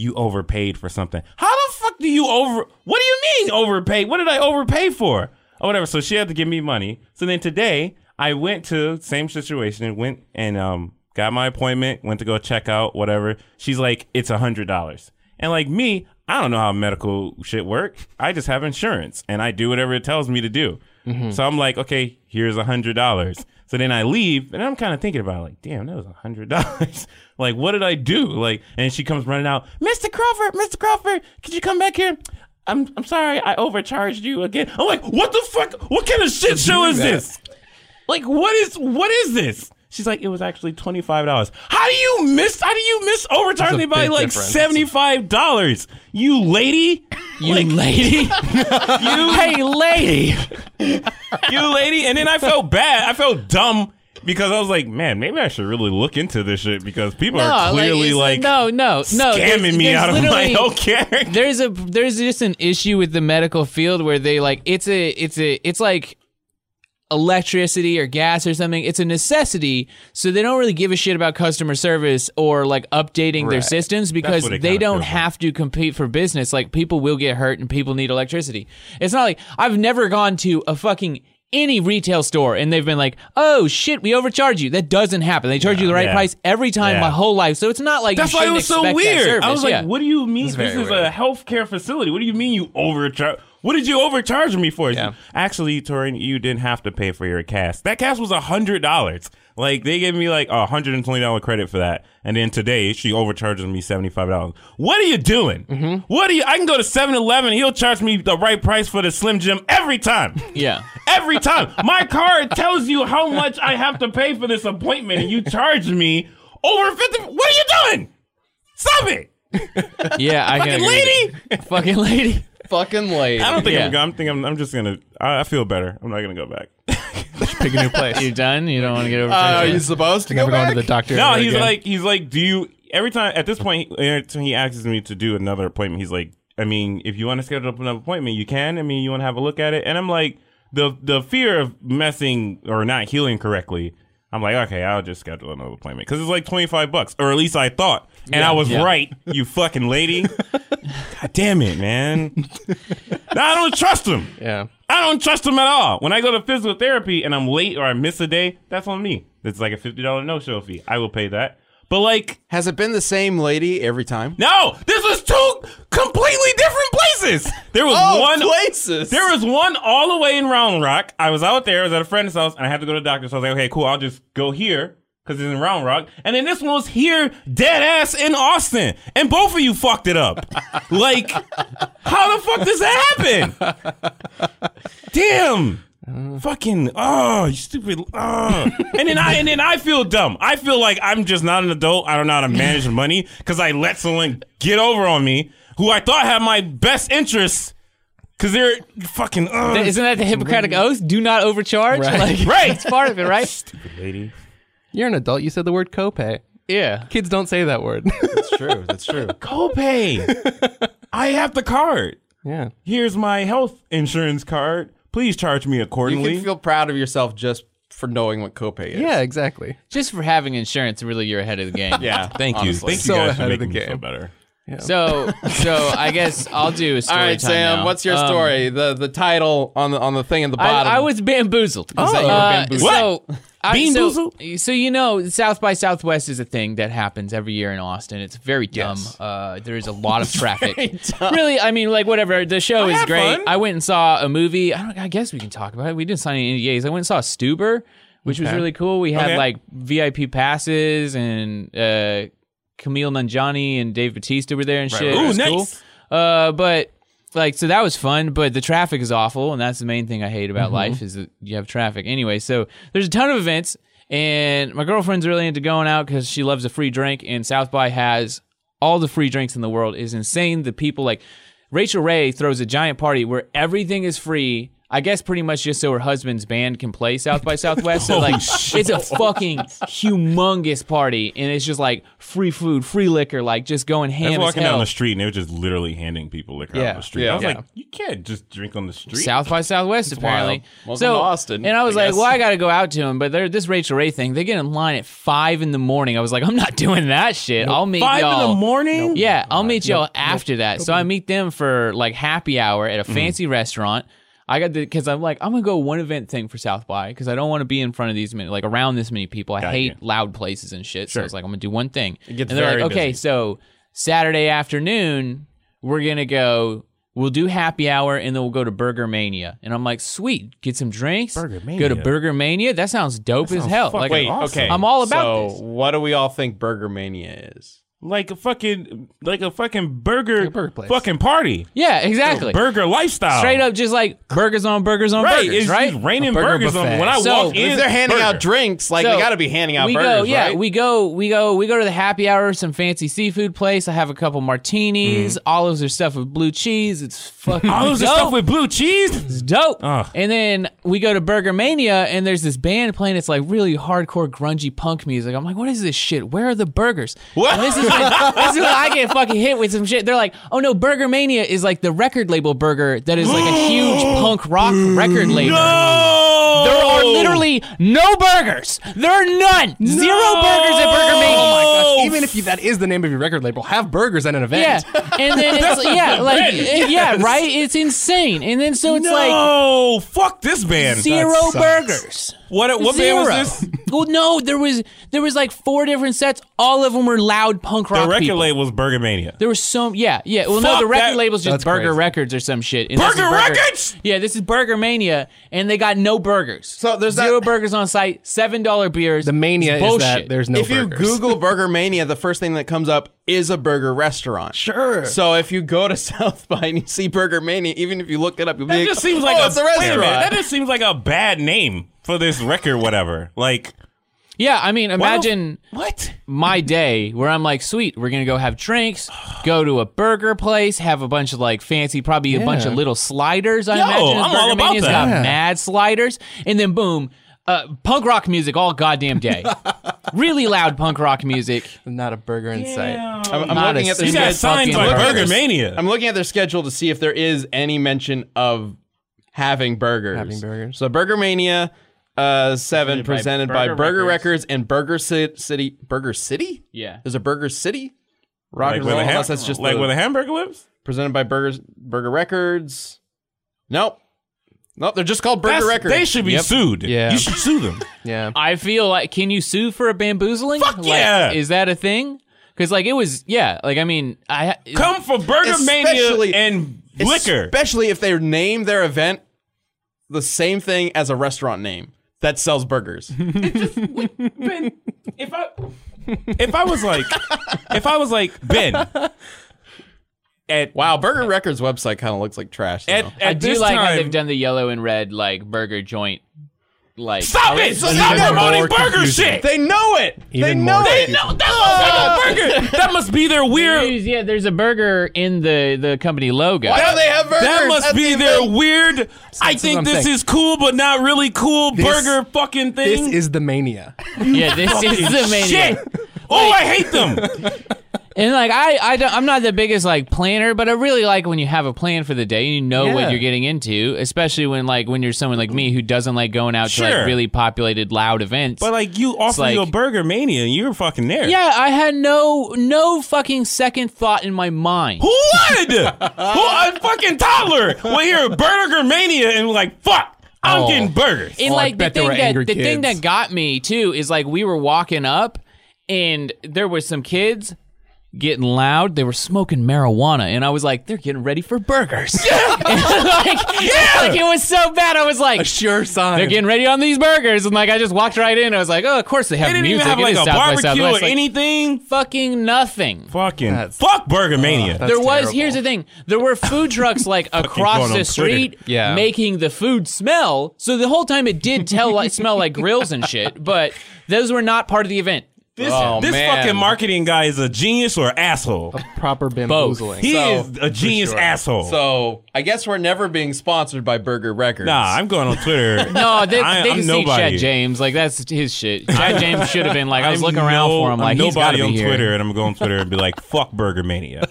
Speaker 3: you overpaid for something. How the fuck do you over? What do you mean overpaid? What did I overpay for? Or whatever. So she had to give me money. So then today I went to same situation and went and um got my appointment. Went to go check out whatever. She's like, it's a hundred dollars. And like me, I don't know how medical shit work. I just have insurance and I do whatever it tells me to do. So I'm like, okay, here's a hundred dollars. So then I leave, and I'm kind of thinking about it, like, damn, that was a hundred dollars. [laughs] like, what did I do? Like, and she comes running out, Mr. Crawford, Mr. Crawford, could you come back here? I'm I'm sorry, I overcharged you again. I'm like, what the fuck? What kind of shit show is this? Like, what is what is this? She's like, it was actually twenty five dollars. How do you miss? How do you miss overcharge me
Speaker 4: big
Speaker 3: by like
Speaker 4: difference.
Speaker 3: seventy five dollars? You lady,
Speaker 2: you
Speaker 3: [laughs]
Speaker 2: lady.
Speaker 3: you
Speaker 2: hey, lady.
Speaker 3: you lady. And then I felt bad. I felt dumb because I was like, man, maybe I should really look into this shit because people are clearly
Speaker 2: it's-
Speaker 3: like,
Speaker 2: no, no, no.
Speaker 3: scamming
Speaker 2: there's-
Speaker 3: me
Speaker 2: there's
Speaker 3: out of my [laughs]
Speaker 2: literally-
Speaker 3: health care.
Speaker 2: there's a there's just an issue with the medical field where they like it's a it's a it's like electricity or gas or something it's a necessity so they don't really give a shit about customer service or like updating their
Speaker 4: Right.
Speaker 2: systems because
Speaker 3: what it
Speaker 2: they
Speaker 3: kinda
Speaker 2: don't
Speaker 3: feels like.
Speaker 2: have to compete for business like people will get hurt and people need electricity it's not like i've never gone to a fucking any retail store and they've been like oh shit we overcharge you that doesn't happen they charge you the right
Speaker 3: Yeah.
Speaker 2: price every time
Speaker 3: Yeah.
Speaker 2: my whole life so it's not like you
Speaker 3: That's why it
Speaker 2: shouldn't
Speaker 3: was so
Speaker 2: expect that
Speaker 3: weird. I
Speaker 2: service.
Speaker 3: was like,
Speaker 2: Yeah.
Speaker 3: what do you mean this,
Speaker 4: very
Speaker 3: is
Speaker 4: weird.
Speaker 3: a healthcare facility? What do you mean you overcharge? What did you overcharge me for?
Speaker 4: Yeah.
Speaker 3: Actually, Torin, you didn't have to pay for your cast. That cast was hundred dollars. Like they gave me like a hundred and twenty dollar credit for that, and then today she overcharges me seventy five dollars. What are you doing?
Speaker 2: Mm-hmm.
Speaker 3: What are you? I can go to 7-Eleven. He'll charge me the right price for the Slim Jim every time.
Speaker 2: yeah
Speaker 3: Every time. My card tells you how much I have to pay for this appointment, and you charge me over 50. What are you doing? Stop it.
Speaker 2: Yeah, I can
Speaker 3: Fucking
Speaker 2: agree
Speaker 3: lady.
Speaker 2: with you. [laughs] fucking lady.
Speaker 1: Fucking late. Uh,
Speaker 3: I don't think I'm
Speaker 2: Yeah.
Speaker 3: going. I'm thinking I'm, I'm just going to. I I feel better. I'm not going to go back.
Speaker 4: Pick a new place.
Speaker 2: You done? You don't want to get over.
Speaker 1: Uh, are you supposed to go
Speaker 4: Never going to
Speaker 1: back?
Speaker 4: the doctor.
Speaker 3: no,
Speaker 4: ever
Speaker 3: he's
Speaker 4: again.
Speaker 3: like, he's like, do you. Every time, at this point, he- every time he asks me to do another appointment, he's like, I mean, if you want to schedule up another appointment, you can. I mean, you want to have a look at it. And I'm like, the the fear of messing or not healing correctly I'm like, okay, I'll just schedule another appointment because it's like 25 bucks, or at least I thought, and I was
Speaker 2: yeah.
Speaker 3: right. You
Speaker 2: [laughs]
Speaker 3: fucking lady. God damn it, man. I don't trust him.
Speaker 4: Yeah.
Speaker 3: I don't trust him at all. When I go to physical therapy and I'm late or I miss a day, that's on me. That's like a fifty dollar no show fee. I will pay that. But like,
Speaker 1: Has it been the same lady every time?
Speaker 3: no, this was two completely different places. There was
Speaker 1: Oh,
Speaker 3: one
Speaker 1: places.
Speaker 3: There was one all the way in Round Rock. I was out there. I was at a friend's house, and I had to go to the doctor. So I was like, okay, cool. I'll just go here because it's in Round Rock. And then this one was here, dead ass in Austin, and both of you fucked it up. like, how the fuck does that happen? Damn. Fucking oh, you stupid! Oh. and then I and then I feel dumb. I feel like I'm just not an adult. I don't know how to manage money because I let someone get over on me who I thought had my best interests because they're fucking. Uh,
Speaker 2: Isn't that the Hippocratic Oath? Do not overcharge.
Speaker 4: Right.
Speaker 1: [laughs]
Speaker 2: Like,
Speaker 3: Right.
Speaker 2: That's part of it, right?
Speaker 3: lady.
Speaker 4: You're an adult. You said the word copay.
Speaker 2: Yeah.
Speaker 4: Kids don't say that word. [laughs]
Speaker 1: That's true. [laughs] That's true.
Speaker 3: Copay. I have the card.
Speaker 4: yeah.
Speaker 3: Here's my health insurance card. Please charge me
Speaker 1: you
Speaker 3: accordingly.
Speaker 1: can feel proud of yourself just for knowing what copay is.
Speaker 4: Yeah, exactly.
Speaker 2: Just for having insurance, really, you're ahead of the game.
Speaker 1: Yeah.
Speaker 3: Thank you.
Speaker 1: honestly.
Speaker 3: Thank
Speaker 4: So
Speaker 3: you guys for
Speaker 4: ahead of
Speaker 3: making
Speaker 4: the
Speaker 3: me feel
Speaker 4: game.
Speaker 3: better.
Speaker 2: So, so I guess I'll do a
Speaker 1: All
Speaker 2: story
Speaker 1: right,
Speaker 2: time
Speaker 1: Sam.
Speaker 2: now.
Speaker 1: What's your
Speaker 2: Um,
Speaker 1: story? The the title on the on the thing in the bottom.
Speaker 2: I, I was bamboozled. Oh,
Speaker 1: you were bamboozled.
Speaker 2: So, I, so,
Speaker 3: Beanboozled?
Speaker 2: so you know, South by Southwest is a thing that happens every year in Austin. It's very dumb. Uh, there is a lot of traffic. Really, I mean, like whatever. The show is
Speaker 3: had
Speaker 2: great.
Speaker 3: fun.
Speaker 2: I went and saw a movie. I, don't, I guess we can talk about it. We didn't sign any NDAs. I went and saw Stuber, which was really cool. We had
Speaker 3: Okay.
Speaker 2: like VIP passes and. Uh, Camille Nanjani and Dave Batista were there and shit.
Speaker 3: right.
Speaker 2: It was
Speaker 3: Ooh,
Speaker 2: cool.
Speaker 3: nice.
Speaker 2: Uh, but like, so that was fun. But the traffic is awful, and that's the main thing I hate about life is that you have traffic. Anyway, so there's a ton of events, and my girlfriend's really into going out because she loves a free drink, and South by has all the free drinks in the world. It's insane. The people like Rachel Ray throws a giant party where everything is free. I guess pretty much just so her husband's band can play South by Southwest. So like it's a fucking humongous party and it's just like free food, free liquor, like just going
Speaker 3: I
Speaker 2: ham.
Speaker 3: was
Speaker 2: as
Speaker 3: walking down
Speaker 2: hell.
Speaker 3: the street and they were just literally handing people liquor out
Speaker 4: Yeah.
Speaker 3: on the street. I was
Speaker 1: Yeah.
Speaker 3: like, you can't just drink on the street.
Speaker 2: South by Southwest, apparently.
Speaker 1: Wasn't
Speaker 2: so,
Speaker 1: Austin,
Speaker 2: And I was
Speaker 1: I
Speaker 2: like,
Speaker 1: guess.
Speaker 2: well, I got to go out to him. But they're, this Rachel Ray thing, they get in line at five in the morning. I was like, I'm not doing that shit. I'll meet
Speaker 3: Five
Speaker 2: y'all.
Speaker 3: in the morning.
Speaker 2: Yeah, I'll meet y'all after that. So I meet them for like happy hour at a fancy restaurant. I got the because I'm like I'm gonna go one event thing for South by because I don't want to be in front of these many like around this many people. I hate loud places and shit. So I was like I'm gonna do one thing.
Speaker 1: gets
Speaker 2: and they're
Speaker 1: very
Speaker 2: like, okay, so Saturday afternoon we're gonna go. We'll do happy hour and then we'll go to Burger Mania. And I'm like, sweet, get some drinks. Burger Go
Speaker 3: Mania.
Speaker 2: to Burger Mania. That sounds dope as hell. Like,
Speaker 1: Wait,
Speaker 3: awesome.
Speaker 1: okay.
Speaker 2: I'm all about
Speaker 1: so
Speaker 2: this.
Speaker 1: what do we all think Burger Mania is?
Speaker 3: Like a fucking like a fucking burger,
Speaker 4: a burger place.
Speaker 3: fucking party.
Speaker 2: Yeah, exactly.
Speaker 3: Burger lifestyle.
Speaker 2: Straight up, just like burgers on burgers on
Speaker 3: Oh. Right.
Speaker 2: burgers,
Speaker 3: it's
Speaker 2: right?
Speaker 3: just raining
Speaker 4: A burger
Speaker 3: burgers on
Speaker 4: buffet.
Speaker 3: when I
Speaker 2: So,
Speaker 3: walk in.
Speaker 1: If they're handing
Speaker 3: burger.
Speaker 1: out drinks, like
Speaker 2: So,
Speaker 1: they got to be handing out
Speaker 2: we
Speaker 1: burgers,
Speaker 2: go, yeah,
Speaker 1: right?
Speaker 2: we go, we go, we go to the happy hour, some fancy seafood place. I have a couple martinis. Olives are stuffed with blue cheese. It's fucking
Speaker 3: Mm. All those
Speaker 2: dope.
Speaker 3: stuff with blue cheese.
Speaker 2: it's dope.
Speaker 3: Ugh.
Speaker 2: And then we go to Burger Mania, and there's this band playing. It's like really hardcore, grungy punk music. I'm like, what is this shit? Where are the
Speaker 3: [laughs]
Speaker 2: burgers?
Speaker 1: What?
Speaker 2: And this is when, this is when I get fucking hit with some shit. They're like, oh no, Burger Mania is like the record label burger that is like a
Speaker 3: [gasps]
Speaker 2: huge punk rock record label.
Speaker 3: No.
Speaker 2: There are literally no burgers. There are none. Zero burgers at Burger Mania.
Speaker 3: Oh my gosh.
Speaker 4: Even if you, that is the name of your record label, have burgers at an event.
Speaker 2: Yeah, and then it's yeah, like eh, yeah, right. It's insane, and then so it's like
Speaker 3: no, fuck this band.
Speaker 2: zero
Speaker 4: sucks.
Speaker 2: burgers.
Speaker 3: What what
Speaker 2: zero.
Speaker 3: band was this?
Speaker 2: well, no, there was there was like four different sets. All of them were loud punk rock
Speaker 3: The record
Speaker 2: people.
Speaker 3: label was Burger Mania.
Speaker 2: There was so yeah yeah. Well,
Speaker 3: Fuck
Speaker 2: no, the record
Speaker 3: that-
Speaker 2: label's just
Speaker 4: That's
Speaker 2: Burger
Speaker 4: crazy.
Speaker 2: Records or some shit. And this is
Speaker 3: Burger Records?
Speaker 2: Yeah, this is Burger Mania, and they got no burgers.
Speaker 1: So there's that-
Speaker 2: zero burgers on site, seven dollar beers.
Speaker 4: [laughs] The mania
Speaker 2: It's
Speaker 4: is
Speaker 2: bullshit.
Speaker 4: that there's no
Speaker 1: if you
Speaker 4: burgers.
Speaker 1: Google [laughs] Burger Mania, the first thing that comes up is a burger restaurant.
Speaker 4: Sure.
Speaker 1: So if you go to [laughs] South by and you see Burger Mania, even if you look it up, you'll be
Speaker 3: That
Speaker 1: like,
Speaker 3: just seems like
Speaker 1: oh,
Speaker 3: a,
Speaker 1: it's a
Speaker 3: wait
Speaker 1: restaurant.
Speaker 3: minute, that just seems like a bad name for this record, whatever. Like,
Speaker 2: Yeah, I mean,
Speaker 3: why the-
Speaker 2: imagine
Speaker 3: what?
Speaker 2: my day where I'm like, sweet, we're gonna go have drinks, go to a burger place, have a bunch of like fancy, probably a bunch
Speaker 4: Yeah.
Speaker 2: of little sliders. I
Speaker 3: Yo,
Speaker 2: imagine this
Speaker 3: I'm all
Speaker 2: Burger
Speaker 3: about
Speaker 2: Mania's
Speaker 3: that.
Speaker 2: got
Speaker 4: Yeah.
Speaker 2: mad sliders, and then boom, uh, punk rock music all goddamn
Speaker 3: [laughs]
Speaker 2: day. really loud punk rock music.
Speaker 4: Not a burger in sight.
Speaker 1: I'm, I'm
Speaker 2: Not
Speaker 1: looking
Speaker 2: a
Speaker 1: at their
Speaker 3: You
Speaker 2: single
Speaker 1: schedule.
Speaker 3: got signed by
Speaker 2: fucking
Speaker 3: Burger
Speaker 2: burgers.
Speaker 3: Mania.
Speaker 1: I'm looking at their schedule to see if there is any mention of having burgers.
Speaker 4: Having burgers.
Speaker 1: So Burger Mania. uh, seven presented
Speaker 2: Presented
Speaker 1: by
Speaker 2: by
Speaker 1: Burger,
Speaker 2: Burger
Speaker 1: Records. and Burger Ci- City. Burger City?
Speaker 2: Yeah.
Speaker 1: There's a Burger City. Rock
Speaker 3: like
Speaker 1: and
Speaker 3: where
Speaker 1: roll.
Speaker 3: the, ham-
Speaker 1: Unless that's just
Speaker 3: like
Speaker 1: the-
Speaker 3: where the hamburger lives.
Speaker 1: presented by Burger Burger Records. Nope. Nope. They're just called Burger
Speaker 3: That's-
Speaker 1: Records.
Speaker 3: They should be
Speaker 1: Yep.
Speaker 3: sued.
Speaker 4: Yeah.
Speaker 3: You should sue them.
Speaker 4: Yeah.
Speaker 2: I feel like can you sue for a bamboozling?
Speaker 3: Fuck
Speaker 2: Like,
Speaker 3: yeah.
Speaker 2: Is that a thing? Because like it was yeah. Like I mean I
Speaker 3: [laughs] Come for Burger
Speaker 1: Especially-
Speaker 3: Mania and liquor.
Speaker 1: Especially if they name their event the same thing as a restaurant name that sells
Speaker 3: [laughs]
Speaker 1: burgers.
Speaker 3: Ben, if I if I was like if I was like [laughs] Ben at
Speaker 1: wow, Burger Records website kind of looks like trash.
Speaker 3: at,
Speaker 1: though.
Speaker 3: at
Speaker 2: I do
Speaker 3: this
Speaker 2: like how
Speaker 3: time,
Speaker 2: they've done the yellow and red like burger joint like
Speaker 3: Stop it!
Speaker 1: It's
Speaker 3: Stop
Speaker 1: even
Speaker 3: promoting
Speaker 4: more
Speaker 3: burger
Speaker 4: confusing.
Speaker 3: shit.
Speaker 1: they know it. they
Speaker 4: Even
Speaker 1: know
Speaker 4: more
Speaker 1: it.
Speaker 4: confusing.
Speaker 3: no, that looks like a burger. [laughs] That must be their weird.
Speaker 2: Yeah, there's a burger in the the company logo.
Speaker 1: Why do they have burgers?
Speaker 3: That must
Speaker 1: That's
Speaker 3: be
Speaker 1: the
Speaker 3: their
Speaker 1: thing.
Speaker 3: weird. I
Speaker 4: That's what
Speaker 3: think
Speaker 4: I'm
Speaker 3: this
Speaker 4: saying.
Speaker 3: is cool, but not really cool burger fucking
Speaker 4: This
Speaker 3: thing.
Speaker 4: is the mania. [laughs]
Speaker 2: Yeah, this is the mania.
Speaker 3: shit. Oh, I hate them.
Speaker 2: And like I, I don't, I'm not the biggest like planner, but I really like when you have a plan for the day and you know
Speaker 4: Yeah.
Speaker 2: what you're getting into, especially when like when you're someone like me who doesn't like going out to
Speaker 3: Sure.
Speaker 2: like really populated loud events.
Speaker 3: But like you offer
Speaker 2: like-
Speaker 3: you a burger mania, and you're fucking there.
Speaker 2: yeah, I had no no fucking second thought in my mind.
Speaker 3: Who would? Who a fucking toddler will hear Burger Mania and be like, fuck, I'm
Speaker 4: Oh.
Speaker 3: getting burgers.
Speaker 2: And
Speaker 4: Oh, I
Speaker 2: like the
Speaker 4: bet there
Speaker 2: thing
Speaker 4: were
Speaker 2: that
Speaker 4: angry
Speaker 2: the thing
Speaker 4: kids.
Speaker 2: that got me too is like we were walking up and there was some kids getting loud. They were smoking marijuana and I was like, they're getting ready for burgers. [laughs] And, like, like it was so bad. I was like
Speaker 4: Sure sign.
Speaker 2: they're getting ready on these burgers, and like I just walked right in. I was like, "Oh, of course they have
Speaker 3: they didn't
Speaker 2: music.
Speaker 3: even have
Speaker 2: It
Speaker 3: like
Speaker 2: is
Speaker 3: a
Speaker 2: South by
Speaker 3: barbecue or
Speaker 2: Southwest." Like,
Speaker 3: anything.
Speaker 2: fucking nothing.
Speaker 3: Fucking
Speaker 4: That's-
Speaker 3: fuck Burger Mania.
Speaker 4: that's-
Speaker 2: There was.
Speaker 4: terrible.
Speaker 2: Here's the thing. There were food
Speaker 3: [laughs]
Speaker 2: trucks like
Speaker 3: going
Speaker 2: across
Speaker 3: on
Speaker 2: the street,
Speaker 4: Twitter. Yeah.
Speaker 2: making the food smell. So the whole time it did tell
Speaker 3: [laughs]
Speaker 2: like smell like grills and shit, but those were not part of the event.
Speaker 3: this
Speaker 1: Oh,
Speaker 3: this
Speaker 1: man.
Speaker 3: fucking marketing guy is a genius or an asshole.
Speaker 4: proper bamboozling.
Speaker 3: He
Speaker 1: So,
Speaker 3: is a genius
Speaker 4: sure.
Speaker 3: asshole.
Speaker 1: So I guess we're never being sponsored by Burger Records.
Speaker 3: nah, I'm going on
Speaker 2: [laughs]
Speaker 3: Twitter.
Speaker 2: No, Oh, they,
Speaker 3: I-
Speaker 2: they
Speaker 3: I'm
Speaker 2: can see
Speaker 3: nobody.
Speaker 2: Chad James. Like that's his shit.
Speaker 3: [laughs]
Speaker 2: Chad James should have been like, I was
Speaker 3: I'm
Speaker 2: looking around
Speaker 3: no-
Speaker 2: for him.
Speaker 3: I'm
Speaker 2: Like he's gotta
Speaker 3: nobody
Speaker 2: be
Speaker 3: on
Speaker 2: here.
Speaker 3: Twitter, and I'm going on Twitter and be like, [laughs] "Fuck
Speaker 2: [laughs]
Speaker 3: Burger Mania,"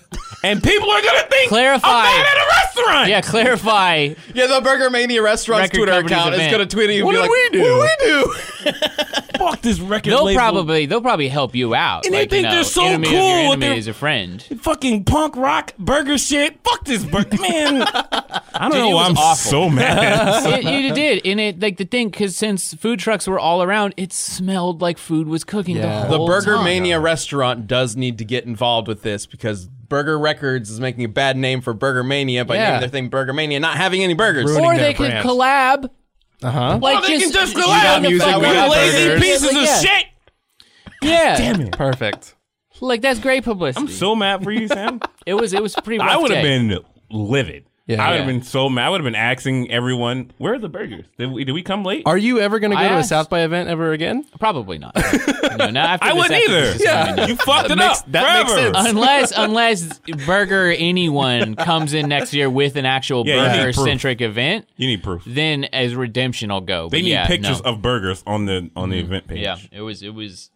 Speaker 3: and people are gonna think
Speaker 2: Clarify.
Speaker 3: I'm not at a
Speaker 2: [laughs]
Speaker 3: restaurant.
Speaker 2: Yeah,
Speaker 3: [laughs]
Speaker 2: clarify.
Speaker 1: yeah, the Burger Mania restaurant's
Speaker 2: Record
Speaker 1: Twitter
Speaker 2: company's
Speaker 1: account is
Speaker 2: event.
Speaker 1: gonna tweet at you. and
Speaker 3: What
Speaker 1: be
Speaker 3: did
Speaker 1: like,
Speaker 3: we do?
Speaker 1: What did we do?
Speaker 3: fuck this record
Speaker 2: They'll
Speaker 3: label.
Speaker 2: probably they'll probably help you out.
Speaker 3: And they
Speaker 2: like,
Speaker 3: think
Speaker 2: you know,
Speaker 3: they're so
Speaker 2: enemy
Speaker 3: cool
Speaker 2: Of your
Speaker 3: with
Speaker 2: enemy
Speaker 3: their-
Speaker 2: is a friend.
Speaker 3: fucking punk rock burger shit. Fuck this [laughs] burger, man. I don't
Speaker 2: Dude,
Speaker 3: know
Speaker 2: it
Speaker 3: why
Speaker 2: was
Speaker 3: I'm
Speaker 2: awful.
Speaker 3: so mad.
Speaker 2: it,
Speaker 3: [laughs]
Speaker 2: it did, and it like the thing because since food trucks were all around, it smelled like food was cooking
Speaker 4: Yeah.
Speaker 2: the
Speaker 1: The
Speaker 2: whole
Speaker 1: Burger
Speaker 2: time.
Speaker 1: Mania restaurant does need to get involved with this because Burger Records is making a bad name for Burger Mania by
Speaker 4: Yeah.
Speaker 1: naming their thing Burger Mania, not having any burgers.
Speaker 4: Ruining
Speaker 2: Or
Speaker 4: their
Speaker 2: they could
Speaker 4: brand.
Speaker 2: collab.
Speaker 4: Uh huh.
Speaker 2: Like
Speaker 3: Oh, they can
Speaker 2: just, [laughs]
Speaker 3: just
Speaker 2: You got
Speaker 3: [laughs] collab.
Speaker 2: music,
Speaker 3: Fuck,
Speaker 2: we
Speaker 3: we're
Speaker 2: got
Speaker 3: lazy
Speaker 2: burgers.
Speaker 3: pieces
Speaker 2: Like,
Speaker 3: of
Speaker 2: yeah.
Speaker 3: shit.
Speaker 2: Yeah,
Speaker 3: Damn it.
Speaker 4: Perfect.
Speaker 2: like that's great publicity.
Speaker 3: I'm so mad for
Speaker 2: [laughs]
Speaker 3: you, Sam.
Speaker 2: it was it was a pretty. Rough
Speaker 3: [laughs] I would have
Speaker 2: day.
Speaker 3: been livid.
Speaker 4: Yeah.
Speaker 3: I would have
Speaker 2: Yeah.
Speaker 3: been so mad. I would have been asking everyone, "Where are the burgers? Did we, did we come late?"
Speaker 4: Are you ever going to
Speaker 2: I
Speaker 4: go to a
Speaker 2: asked.
Speaker 4: South by event ever again?
Speaker 2: probably
Speaker 3: [laughs]
Speaker 2: not. no, not after
Speaker 3: I
Speaker 2: this,
Speaker 3: wouldn't
Speaker 2: after
Speaker 3: either.
Speaker 2: this is gonna be no.
Speaker 3: You fucked it
Speaker 4: makes-
Speaker 3: up.
Speaker 4: that makes
Speaker 3: forever.
Speaker 4: sense.
Speaker 2: Unless unless burger anyone comes in next year with an actual
Speaker 3: Yeah, you need
Speaker 2: burger centric event,
Speaker 3: You need proof.
Speaker 2: then as redemption I'll go.
Speaker 3: They
Speaker 2: But
Speaker 3: need
Speaker 2: yeah,
Speaker 3: pictures
Speaker 2: no. Mm-hmm.
Speaker 3: of burgers on the on the event page.
Speaker 2: Yeah, it was it was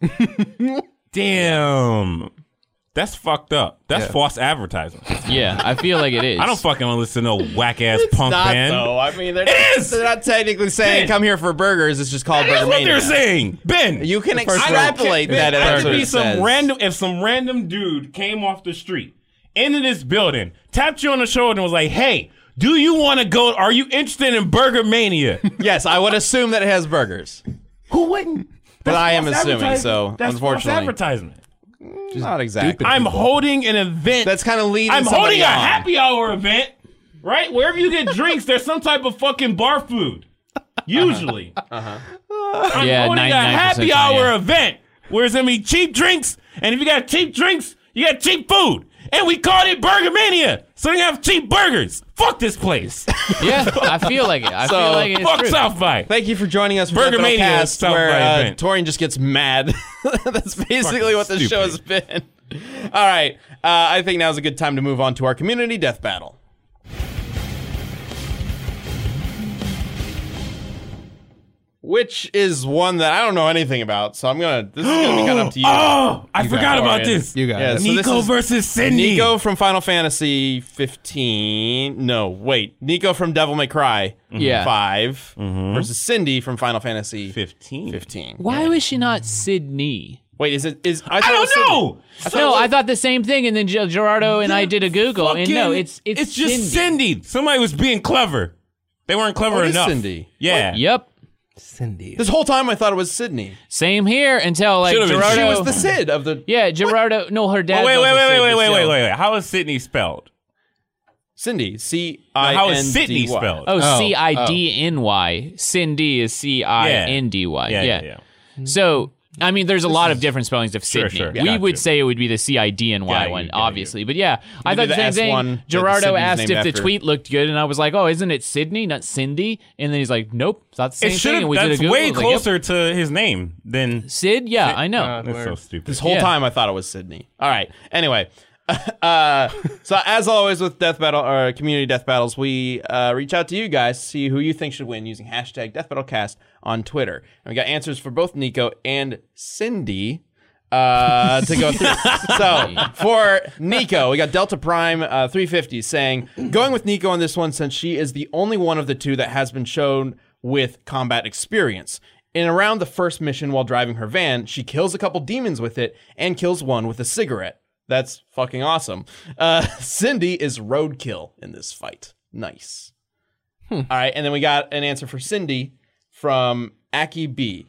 Speaker 3: Damn. That's fucked up. That's
Speaker 4: Yeah.
Speaker 3: false advertising.
Speaker 2: yeah. I feel like it is.
Speaker 3: [laughs] I don't fucking wanna listen to no whack ass punk
Speaker 1: not
Speaker 3: band.
Speaker 1: though. I mean, they're not,
Speaker 3: is!
Speaker 1: they're not technically saying come here for burgers. It's just called
Speaker 3: That's
Speaker 1: Burger
Speaker 3: what
Speaker 1: Mania.
Speaker 3: they're saying, Ben.
Speaker 1: You can
Speaker 3: I don't
Speaker 1: extrapolate
Speaker 3: care.
Speaker 1: that.
Speaker 3: Ben,
Speaker 1: as
Speaker 3: I could
Speaker 1: what
Speaker 3: be
Speaker 1: it
Speaker 3: some
Speaker 1: says.
Speaker 3: random. If some random dude came off the street into this building, tapped you on the shoulder, and was like, "Hey, do you want to go? Are you interested in Burger Mania?"
Speaker 1: Yes, I would assume that it has burgers.
Speaker 3: [laughs] Who wouldn't? That's
Speaker 1: I am
Speaker 3: false
Speaker 1: assuming,
Speaker 3: advertising.
Speaker 1: so,
Speaker 3: That's false
Speaker 1: unfortunately.
Speaker 3: advertisement.
Speaker 1: not exactly.
Speaker 3: I'm holding an event.
Speaker 1: That's kind of leading.
Speaker 3: I'm
Speaker 1: somebody
Speaker 3: holding a
Speaker 1: on.
Speaker 3: happy hour event, right? Wherever you get drinks, there's some type of fucking bar food. Usually. Uh-huh. I'm
Speaker 2: Yeah,
Speaker 3: holding a
Speaker 2: 99%
Speaker 3: happy
Speaker 2: time,
Speaker 3: hour
Speaker 2: yeah.
Speaker 3: event where there's gonna be cheap drinks, and if you got cheap drinks, you got cheap food. And we called it Burger Mania, so they have cheap burgers. Fuck
Speaker 1: [laughs]
Speaker 3: this place.
Speaker 2: Yeah, I feel like it. I
Speaker 1: So,
Speaker 2: feel like it's
Speaker 3: Fuck
Speaker 2: true.
Speaker 3: South by.
Speaker 1: Thank you for joining us for
Speaker 3: Burger
Speaker 1: Burger
Speaker 3: Mania
Speaker 1: Cast,
Speaker 3: is
Speaker 1: where
Speaker 3: South by
Speaker 1: uh,
Speaker 3: event.
Speaker 1: Torian just gets mad. [laughs] That's basically
Speaker 3: Fucking
Speaker 1: what the show has been. [laughs] All right, uh, I think now's a good time to move on to our community death battle. which is one that I don't know anything about. So I'm gonna. This is gonna be kind of up to you.
Speaker 3: [gasps] Oh, I
Speaker 1: You got
Speaker 3: forgot
Speaker 1: it.
Speaker 3: about this.
Speaker 4: You got
Speaker 1: Yeah,
Speaker 4: it.
Speaker 1: so this
Speaker 3: Nico
Speaker 1: is-
Speaker 3: versus Cindy.
Speaker 1: Nico from Final Fantasy 15. No, wait. Nico from Devil May Cry
Speaker 3: Mm-hmm.
Speaker 2: Yeah.
Speaker 1: 5 versus Cindy from Final Fantasy
Speaker 3: 15.
Speaker 1: 15.
Speaker 2: Why was she not Sydney?
Speaker 1: Wait, is it is I, thought
Speaker 3: I
Speaker 1: it was
Speaker 3: don't
Speaker 1: Cindy.
Speaker 3: know.
Speaker 2: No, I thought the same thing, and then Ger- Gerardo and I did a Google, and no,
Speaker 3: Fucking-
Speaker 2: it's it's,
Speaker 3: just Cindy. Somebody was being clever. They weren't clever
Speaker 1: Oh, it is
Speaker 3: enough.
Speaker 1: Cindy.
Speaker 3: Yeah.
Speaker 2: Yep,
Speaker 4: Cindy.
Speaker 1: This whole time I thought it was Sydney.
Speaker 2: same here until like
Speaker 3: Should've been
Speaker 2: Gerardo.
Speaker 1: She was the Sid of the
Speaker 2: yeah, Gerardo. No, her dad.
Speaker 3: Oh, wait,
Speaker 2: was
Speaker 3: wait,
Speaker 2: the
Speaker 3: wait,
Speaker 2: Sid,
Speaker 3: wait, wait,
Speaker 2: but
Speaker 3: wait,
Speaker 2: still.
Speaker 3: wait, wait. How is Sydney spelled?
Speaker 1: Cindy. C I
Speaker 3: How
Speaker 1: N
Speaker 3: is
Speaker 1: D
Speaker 3: Sydney
Speaker 1: Y.
Speaker 3: spelled?
Speaker 2: Oh, C I D N Y. Cindy is C I N D Y.
Speaker 3: yeah, yeah, yeah.
Speaker 2: So, I mean, there's a lot of different spellings of
Speaker 3: Sure,
Speaker 2: Sydney.
Speaker 3: sure.
Speaker 2: we
Speaker 3: Got
Speaker 2: would
Speaker 3: you.
Speaker 2: say it would be the C I D N
Speaker 3: Got
Speaker 2: Y
Speaker 3: you,
Speaker 2: one,
Speaker 3: got you.
Speaker 2: obviously. But yeah, I
Speaker 1: Maybe
Speaker 2: thought
Speaker 1: the
Speaker 2: the same
Speaker 1: S one that
Speaker 2: thing.
Speaker 1: the
Speaker 2: Gerardo
Speaker 1: Sydney's
Speaker 2: asked
Speaker 1: named
Speaker 2: if the
Speaker 1: after.
Speaker 2: tweet looked good, and I was like, "Oh, isn't it Sydney, not Cindy?" And then he's like, "Nope, it's not the same
Speaker 3: It
Speaker 2: thing."
Speaker 3: should
Speaker 2: And
Speaker 3: have.
Speaker 2: we did a
Speaker 3: That's
Speaker 2: Google. I
Speaker 3: way
Speaker 2: was like, yep.
Speaker 3: closer to his name than.
Speaker 2: Sid, yeah, I know.
Speaker 3: That's so stupid.
Speaker 1: This whole
Speaker 2: Yeah.
Speaker 1: time I thought it was Sydney. All right. Anyway, [laughs] uh, so as always with death battle or community death battles, we uh, reach out to you guys to see who you think should win using hashtag death battle cast on Twitter, and we got answers for both Nico and Cindy. Uh, to go through. so for Nico, we got Delta Prime uh, 350 saying, going with Nico on this one since she is the only one of the two that has been shown with combat experience. In around the first mission while driving her van, she kills a couple demons with it and kills one with a cigarette. That's fucking awesome. Uh, [laughs] Cindy is roadkill in this fight. Nice. All right, and then we got an answer for Cindy from Aki B.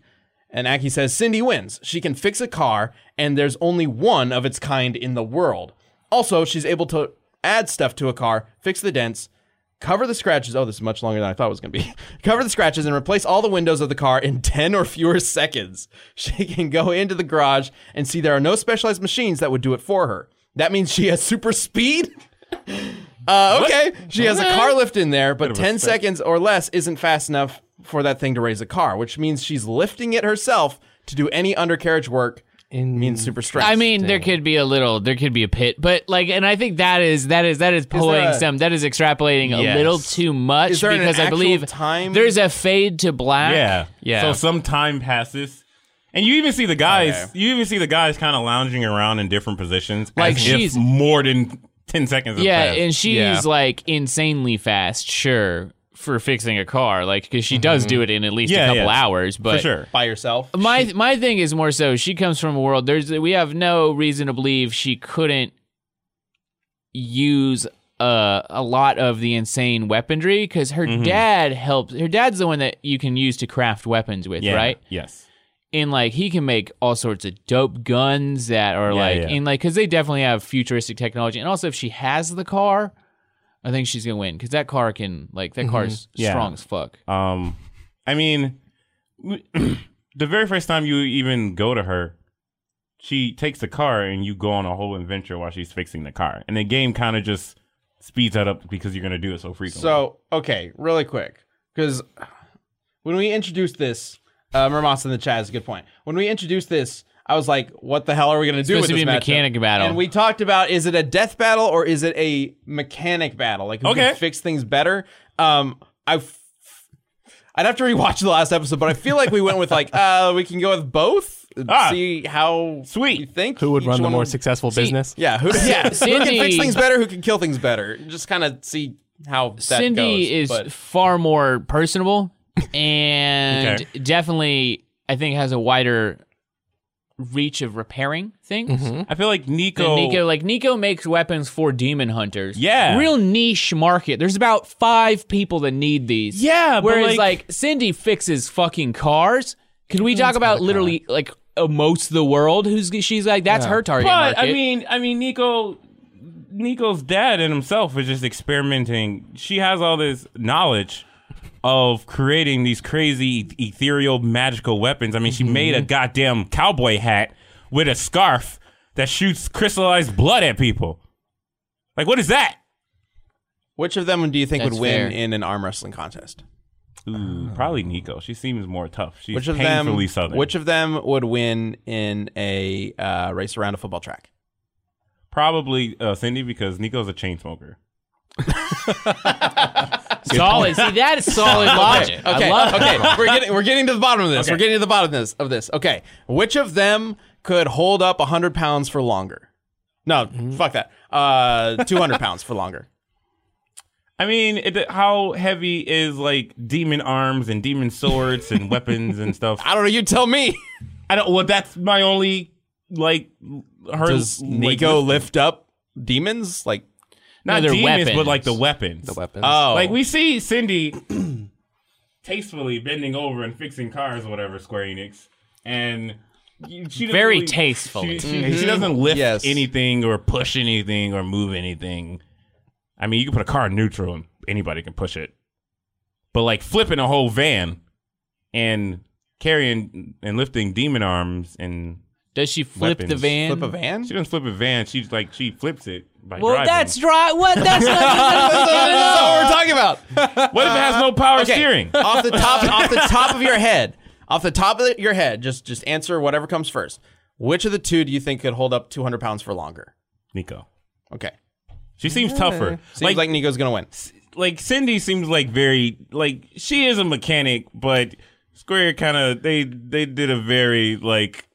Speaker 1: And Aki says Cindy wins. She can fix a car, and there's only one of its kind in the world. Also, she's able to add stuff to a car, fix the dents, cover the scratches. Oh, this is much longer than I thought it was going to be. [laughs] cover the scratches and replace all the windows of the car in 10 or fewer seconds. [laughs] She can go into the garage and see there are no specialized machines that would do it for her. That means she has super speed? [laughs] Uh, okay. She has a car lift in there, but 10 seconds or less isn't fast enough for that thing to raise a car, which means she's lifting it herself to do any undercarriage work.
Speaker 4: In-
Speaker 1: means super strength.
Speaker 2: I mean, there could be a little, there could be a pit, but like, and I think that is that is that is pulling
Speaker 1: a-
Speaker 2: some, that is extrapolating
Speaker 1: Yes.
Speaker 2: a little too much
Speaker 1: Is there an
Speaker 2: because I
Speaker 1: actual
Speaker 2: believe
Speaker 1: time?
Speaker 2: there's a fade to black.
Speaker 3: Yeah.
Speaker 2: yeah.
Speaker 3: So some time passes. And you even see the guys you even see the guys kind of lounging around in different positions.
Speaker 2: Like,
Speaker 3: as
Speaker 2: she's-
Speaker 3: if more than ten seconds has
Speaker 2: Yeah,
Speaker 3: passed.
Speaker 2: and she's
Speaker 4: Yeah.
Speaker 2: like insanely fast, sure, for fixing a car, like because she does do it in at least a
Speaker 3: Yeah,
Speaker 2: couple
Speaker 3: yeah.
Speaker 2: hours. But
Speaker 3: for sure.
Speaker 1: by yourself.
Speaker 2: my my thing is more so she comes from a world there's we have no reason to believe she couldn't use uh, a lot of the insane weaponry because her
Speaker 3: Mm-hmm.
Speaker 2: dad helps. Her dad's the one that you can use to craft weapons with,
Speaker 3: Yeah.
Speaker 2: right?
Speaker 3: Yes.
Speaker 2: and like he can make all sorts of dope guns that are
Speaker 3: Yeah,
Speaker 2: like
Speaker 3: yeah.
Speaker 2: and like because they definitely have futuristic technology and also if she has the car i think she's gonna win because that car can like that car's
Speaker 3: Mm-hmm. Yeah.
Speaker 2: strong as fuck
Speaker 3: Um, I mean, [clears throat] the very first time you even go to her, she takes the car and you go on a whole adventure while she's fixing the car, and the game kind of just speeds that up because you're gonna do it so frequently.
Speaker 1: So, okay, really quick, because when we introduced this, uh, Mermas in the chat is a good point. When we introduced this, I was like, "What the hell are we going to do
Speaker 2: supposed
Speaker 1: with
Speaker 2: to
Speaker 1: this
Speaker 2: be a
Speaker 1: matchup?
Speaker 2: mechanic battle.
Speaker 1: And we talked about is it a death battle or is it a mechanic battle? Like, who
Speaker 3: Okay.
Speaker 1: can fix things better? Um, I. F- I'd have to rewatch the last episode, but I feel like we went with like, uh, we can go with both.
Speaker 3: Ah.
Speaker 1: see how
Speaker 3: Sweet.
Speaker 1: we think
Speaker 4: Who would
Speaker 1: each
Speaker 4: run the
Speaker 1: one
Speaker 4: more
Speaker 1: would-
Speaker 4: successful business?
Speaker 1: Yeah, who,
Speaker 2: [laughs]
Speaker 1: yeah. who
Speaker 2: Cindy-
Speaker 1: can fix things better? Who can kill things better? Just kind of see how that
Speaker 2: cindy
Speaker 1: goes,
Speaker 2: is
Speaker 1: but-
Speaker 2: far more personable and
Speaker 3: Okay.
Speaker 2: definitely i think has a wider reach of repairing things
Speaker 3: I feel like Nico.
Speaker 2: And Nico, like Nico makes weapons for demon hunters.
Speaker 3: Yeah.
Speaker 2: Real niche market. There's about five people that need these.
Speaker 3: Yeah, but,
Speaker 2: Whereas
Speaker 3: like-
Speaker 2: like, Cindy fixes fucking cars. Could we talk about literally like uh, most of the world? Who's she's like that's her target
Speaker 3: but
Speaker 2: market.
Speaker 3: I mean, I mean, Nico. Nico's dad and himself is just experimenting. She has all this knowledge of creating these crazy ethereal magical weapons. I mean, she made a
Speaker 1: Mm-hmm.
Speaker 3: goddamn cowboy hat with a scarf that shoots crystallized blood at people. Like, what is that?
Speaker 1: Which of them do you think
Speaker 2: That's
Speaker 1: would win
Speaker 2: fair.
Speaker 1: in an arm wrestling contest?
Speaker 3: Ooh, probably Nico. She seems more tough. She's
Speaker 1: Ah. Which of
Speaker 3: painfully
Speaker 1: them?
Speaker 3: southern.
Speaker 1: Which of them would win in a uh, race around a football track?
Speaker 3: probably uh, Cindy because Nico's a chain smoker.
Speaker 1: to.
Speaker 2: Solid. See, that is solid logic.
Speaker 1: Okay,
Speaker 2: I love
Speaker 1: okay,
Speaker 2: That.
Speaker 1: we're getting we're getting to the bottom of this. We're getting to the bottom of this of this. Okay, which of them could hold up hundred pounds for longer? No,
Speaker 2: Mm-hmm.
Speaker 1: fuck that. Uh, two hundred pounds for longer.
Speaker 3: I mean, it, how heavy is like demon arms and demon swords and weapons and stuff?
Speaker 1: I don't know. You tell me.
Speaker 3: [laughs] I don't. Well, that's my only like. Her,
Speaker 1: Does
Speaker 3: like,
Speaker 1: Nico lift up demons? Like,
Speaker 3: not
Speaker 2: No, they're
Speaker 3: demons, but
Speaker 2: weapons.
Speaker 3: like the weapons. The
Speaker 4: weapons.
Speaker 1: oh,
Speaker 3: Like we see Cindy [clears throat] tastefully bending over and fixing cars, or whatever Square Enix, and you- she doesn't
Speaker 2: Very
Speaker 3: really-
Speaker 2: tastefully.
Speaker 3: She, she- she doesn't lift
Speaker 1: Mm-hmm. Yes.
Speaker 3: anything or push anything or move anything. I mean, you can put a car in neutral and anybody can push it, but like flipping a whole van and carrying and lifting demon arms and
Speaker 2: Does she flip the
Speaker 3: Weapons.
Speaker 2: van?
Speaker 1: flip a van.
Speaker 3: she doesn't flip a van. She's like she flips it by
Speaker 2: Well,
Speaker 3: driving.
Speaker 2: that's dry. What? That's
Speaker 1: [laughs]
Speaker 2: not. [laughs]
Speaker 3: [laughs]
Speaker 1: That's not what we're talking about.
Speaker 3: what if it has no power steering?
Speaker 1: [laughs] off the top off the top of your head off the top of your head just just answer whatever comes first which of the two do you think could hold up 200 pounds for longer
Speaker 3: Nico,
Speaker 1: okay
Speaker 3: she seems tougher.
Speaker 1: seems like, nico's gonna win
Speaker 3: like Cindy seems like very like she is a mechanic, but Square kind of they they did a very like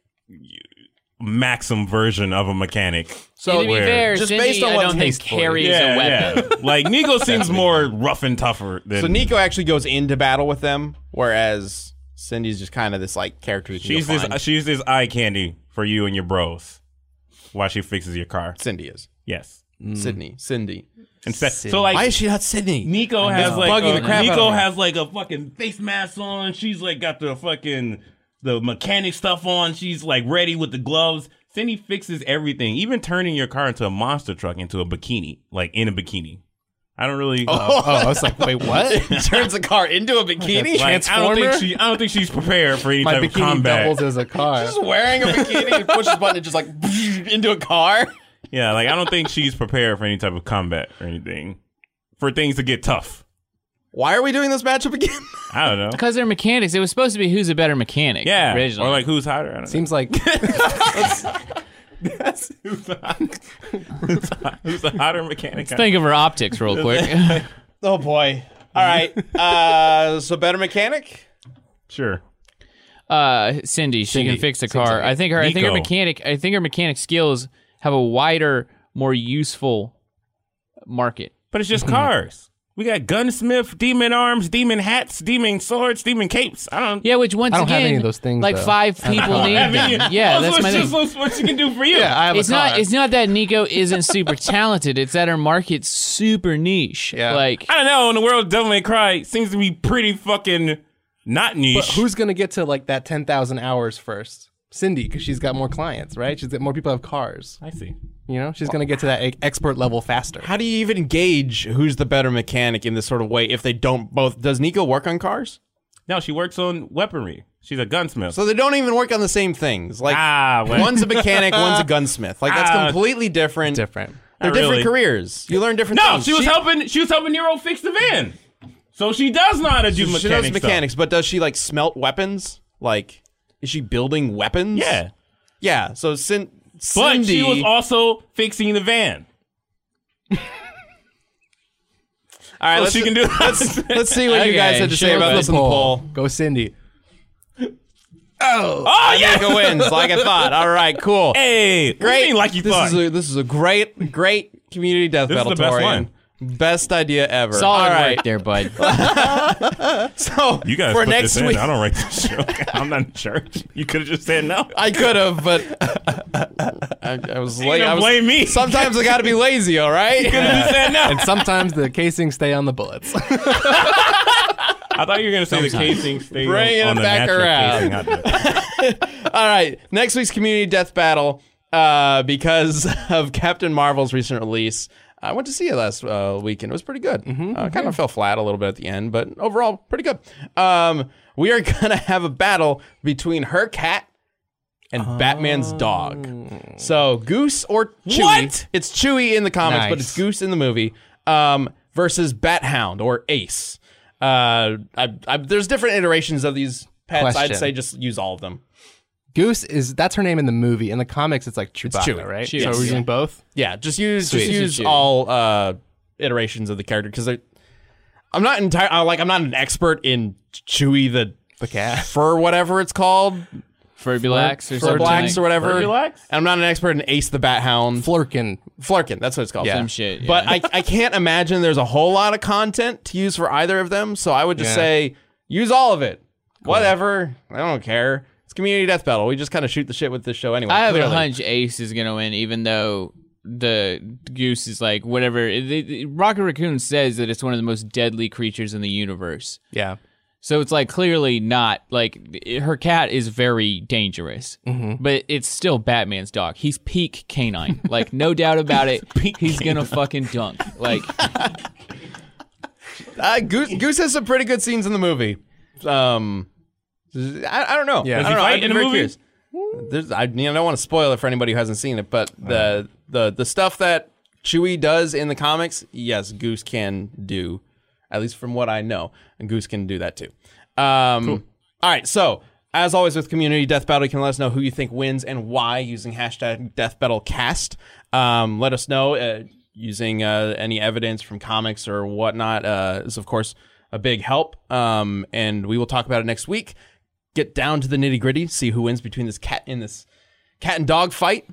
Speaker 3: maxim version of a mechanic.
Speaker 2: So to be
Speaker 3: where-
Speaker 2: fair,
Speaker 1: Just
Speaker 2: Cindy,
Speaker 1: based on
Speaker 2: I
Speaker 1: what's
Speaker 2: don't think
Speaker 1: tasteful.
Speaker 2: carry is a weapon.
Speaker 3: [laughs] like Nico seems more rough and tougher than
Speaker 1: so nico actually goes into battle with them whereas cindy's just kind of this like character that she's
Speaker 3: she's this uh, she's this eye candy for you and your bros while she fixes your car.
Speaker 1: cindy is
Speaker 3: Yes,
Speaker 1: sydney cindy
Speaker 3: and so,
Speaker 4: Cindy.
Speaker 3: so like
Speaker 1: why is she not sydney
Speaker 3: Nico has like
Speaker 1: Bugging
Speaker 3: a,
Speaker 1: the crap out of
Speaker 3: Nico
Speaker 1: me.
Speaker 3: has like a fucking face mask on. She's like got the fucking the mechanic stuff on. She's like ready with the gloves. Cindy fixes everything, even turning your car into a monster truck into a bikini, like in a bikini. I don't really. uh,
Speaker 4: oh, I was like, wait, [laughs] what?
Speaker 1: [laughs] turns the car into a
Speaker 3: [laughs]
Speaker 1: bikini
Speaker 3: like, I don't think
Speaker 4: Transformer?
Speaker 3: she. I don't think she's prepared for any
Speaker 4: My
Speaker 3: type of
Speaker 4: bikini
Speaker 3: combat.
Speaker 4: doubles as a [laughs] car.
Speaker 1: She's wearing a bikini and pushes button and just like [laughs] into a car
Speaker 3: Yeah, like I don't think she's prepared for any type of combat or anything. For things to get tough.
Speaker 1: why are we doing this matchup again
Speaker 3: I don't
Speaker 4: [laughs]
Speaker 3: know.
Speaker 2: Because they're mechanics. It was supposed to be who's a better mechanic.
Speaker 3: Yeah,
Speaker 2: Originally.
Speaker 3: or like who's hotter? I don't know.
Speaker 4: Seems like
Speaker 3: That's who's hot. who's, hot- [laughs] who's a hotter mechanic?
Speaker 2: Think of her optics
Speaker 3: [laughs]
Speaker 2: real quick. [laughs]
Speaker 1: oh boy all right uh so better mechanic
Speaker 3: Sure.
Speaker 2: Uh, Cindy, she can fix a car. I think her. I think her
Speaker 3: Nico.
Speaker 2: mechanic. I think her mechanic skills have a wider, more useful market.
Speaker 3: But it's just
Speaker 2: Mm-hmm.
Speaker 3: cars. We got gunsmith, demon arms, demon hats, demon swords, demon capes. I don't.
Speaker 2: Yeah, which once
Speaker 4: I don't have
Speaker 2: again,
Speaker 4: any of those things,
Speaker 2: like
Speaker 4: though.
Speaker 2: five [laughs] people need.
Speaker 3: I mean,
Speaker 2: them. Yeah,
Speaker 3: also,
Speaker 2: that's
Speaker 3: it's
Speaker 2: my
Speaker 3: just
Speaker 2: thing.
Speaker 3: what- what she can do for you.
Speaker 4: yeah, I have
Speaker 2: It's
Speaker 4: a car.
Speaker 2: not. It's not that Nico isn't super talented. It's that her market's super niche.
Speaker 4: Yeah.
Speaker 2: Like
Speaker 3: I don't know. In the world, Devil May Cry seems to be pretty fucking not niche.
Speaker 4: but who's gonna get to like that ten thousand hours first? Cindy, because she's got more clients, right? She's got more people have cars.
Speaker 3: I see.
Speaker 4: You know, she's gonna get to that e- expert level faster.
Speaker 1: How do you even gauge who's the better mechanic in this sort of way if they don't both? Does Nico work on cars?
Speaker 3: No, she works on weaponry. She's a gunsmith.
Speaker 1: So they don't even work on the same things. Like
Speaker 3: Ah,
Speaker 1: [laughs]
Speaker 3: well.
Speaker 1: one's a mechanic, [laughs] one's a gunsmith. Like that's
Speaker 3: Ah.
Speaker 1: completely different.
Speaker 4: Different.
Speaker 1: They're
Speaker 3: Not
Speaker 1: different
Speaker 3: really.
Speaker 1: careers. You learn different
Speaker 3: no,
Speaker 1: things.
Speaker 3: she was helping. She was helping Nero fix the van. So she does know how to do
Speaker 1: She
Speaker 3: mechanics.
Speaker 1: knows
Speaker 3: stuff.
Speaker 1: mechanics, but does she like smelt weapons? Like is she building weapons?
Speaker 3: Yeah,
Speaker 1: Yeah. So Cin-
Speaker 3: but
Speaker 1: Cindy
Speaker 3: she was also fixing the van.
Speaker 1: All right,
Speaker 3: So
Speaker 1: let's,
Speaker 3: she can [laughs] do.
Speaker 1: let's see what you guys
Speaker 2: Okay,
Speaker 1: had to say
Speaker 2: sure,
Speaker 1: about
Speaker 2: but-
Speaker 1: this in the poll.
Speaker 4: Go, Cindy.
Speaker 3: oh yeah.
Speaker 1: Nico wins, like I thought. All right, cool.
Speaker 3: Hey, great. like you
Speaker 1: this
Speaker 3: thought.
Speaker 1: Is a, this is a great, great community death
Speaker 3: This is
Speaker 1: battle.
Speaker 3: the best
Speaker 1: Torian. Best idea ever.
Speaker 2: solid
Speaker 1: All right.
Speaker 2: work there, bud.
Speaker 1: [laughs] So
Speaker 3: you guys
Speaker 1: for
Speaker 3: put
Speaker 1: next
Speaker 3: this
Speaker 1: week,
Speaker 3: in. I don't write this shit. [laughs] I'm not in church. You could have just said no.
Speaker 1: I could have, but [laughs] I, I was late.
Speaker 3: gonna
Speaker 1: I was,
Speaker 3: blame me.
Speaker 1: Sometimes I got to be lazy. All
Speaker 3: [laughs]
Speaker 1: right.
Speaker 3: You said
Speaker 1: [laughs]
Speaker 3: no.
Speaker 4: And sometimes the casings stay on the bullets.
Speaker 3: I thought you were gonna say the casing stayed
Speaker 1: Bringing
Speaker 3: on, on
Speaker 1: it
Speaker 3: the
Speaker 1: back
Speaker 3: natural
Speaker 1: around.
Speaker 3: casing, not the-
Speaker 1: all right. Next week's community death battle, uh, because [laughs] of Captain Marvel's recent release. I went to see it last uh, weekend. It was pretty good.
Speaker 4: Mm-hmm,
Speaker 1: uh, kind of fell flat a little bit at the end, but overall, pretty good. Um, we are [laughs] going to have a battle between her cat and
Speaker 4: Oh.
Speaker 1: Batman's dog. So Goose or Chewy.
Speaker 3: What?
Speaker 1: It's Chewy in the comics, but
Speaker 4: Nice.
Speaker 1: it's Goose in the movie. Um, versus Bathound or Ace. Uh, I, I, there's different iterations of these pets. I'd
Speaker 4: Question.
Speaker 1: say just use all of them.
Speaker 4: Goose is that's her name in the movie. In the comics, it's like Chewbacca,
Speaker 1: Chewie.
Speaker 4: right?
Speaker 2: Chewie.
Speaker 4: So we're using both.
Speaker 1: Yeah, just use
Speaker 2: Sweet.
Speaker 1: just use
Speaker 2: Sweet.
Speaker 1: all uh, iterations of the character because I'm not entire. I- Like I'm not an expert in Chewy the
Speaker 4: The cat.
Speaker 1: fur whatever it's called,
Speaker 2: Furbulax or
Speaker 1: fur
Speaker 2: something.
Speaker 1: blacks or whatever.
Speaker 3: Furbulax?
Speaker 1: And I'm not an expert in Ace the Bat Hound.
Speaker 4: Flurkin.
Speaker 1: Flurkin, that's what it's called.
Speaker 4: Yeah.
Speaker 2: Some shit,
Speaker 1: But
Speaker 2: yeah.
Speaker 1: I, I can't imagine there's a whole lot of content to use for either of them. So I would just
Speaker 4: Yeah.
Speaker 1: say use all of it. Whatever. I don't care. It's community death battle. We just kind of shoot the shit with this show anyway.
Speaker 2: I have
Speaker 1: clearly.
Speaker 2: a hunch Ace is gonna win, even though the goose is like whatever. It- it- it- Rocket Raccoon says that it's one of the most deadly creatures in the universe.
Speaker 4: Yeah.
Speaker 2: So it's like clearly not like it- her cat is very dangerous, but it's still Batman's dog. He's peak [laughs] canine, like no doubt about it. He's gonna fucking dunk. [laughs] Like
Speaker 1: Uh, Goose, Goose has some pretty good scenes in the movie. Um, I, I don't know.
Speaker 4: Yeah.
Speaker 1: I
Speaker 4: Does
Speaker 1: don't
Speaker 3: he
Speaker 1: know.
Speaker 3: fight
Speaker 1: I'd be
Speaker 3: in the
Speaker 1: very
Speaker 3: movie?
Speaker 1: curious. There's, I, you know, I don't want to spoil it for anybody who hasn't seen it, but the the the stuff that Chewie does in the comics, yes, Goose can do, at least from what I know, and Goose can do that too. Um, All right, so. As always with Community Death Battle, you can let us know who you think wins and why using hashtag Death Battle Cast. Um, let us know uh, using uh, any evidence from comics or whatnot uh, is, of course, a big help. Um, and we will talk about it next week get down to the nitty gritty, see who wins between this cat and this cat and dog fight.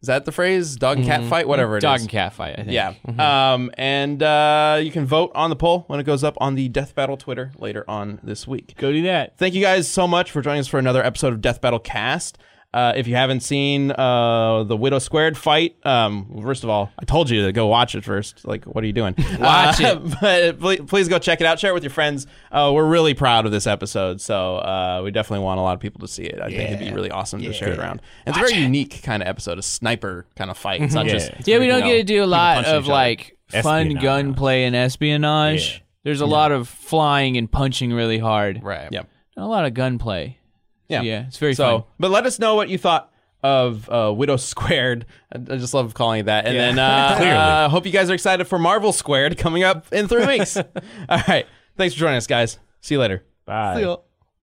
Speaker 1: Is that the phrase? Dog and cat fight, whatever it is.
Speaker 2: Mm-hmm. dog and cat Mm-hmm. fight. I think.
Speaker 1: Yeah. Um, and uh, you can vote on the poll when it goes up on the Death Battle Twitter later on this week.
Speaker 2: go do that.
Speaker 1: Thank you guys so much for joining us for another episode of Death Battle Cast. Uh, if you haven't seen uh, the Widow Squared fight, um, first of all, I told you to go watch it first. Like, what are you doing?
Speaker 2: [laughs] Watch
Speaker 1: Uh, [laughs] But please, please go check it out. Share it with your friends. Uh, we're really proud of this episode, so uh, we definitely want a lot of people to see it. I think it'd be really awesome to share it around. And it's a very unique kind of episode, a sniper kind of fight. It's not just
Speaker 2: [laughs] Yeah, we
Speaker 1: you
Speaker 2: don't
Speaker 1: know,
Speaker 2: get to do a lot
Speaker 3: punching
Speaker 2: of
Speaker 3: each other.
Speaker 2: like fun
Speaker 3: Espionage.
Speaker 2: gunplay and espionage.
Speaker 3: Yeah.
Speaker 2: There's a lot of flying and punching really hard.
Speaker 4: Right.
Speaker 1: Yep.
Speaker 2: Not a lot of gunplay.
Speaker 1: Yeah.
Speaker 2: Yeah, it's very
Speaker 1: So,
Speaker 2: fun.
Speaker 1: but let us know what you thought of uh, Widow [laughs] Squared. I, I just love calling it that. And then uh, uh, hope you guys are excited for Marvel Squared coming up in three weeks. All right. Thanks for joining us, guys. See you later.
Speaker 3: Bye.
Speaker 4: Seal.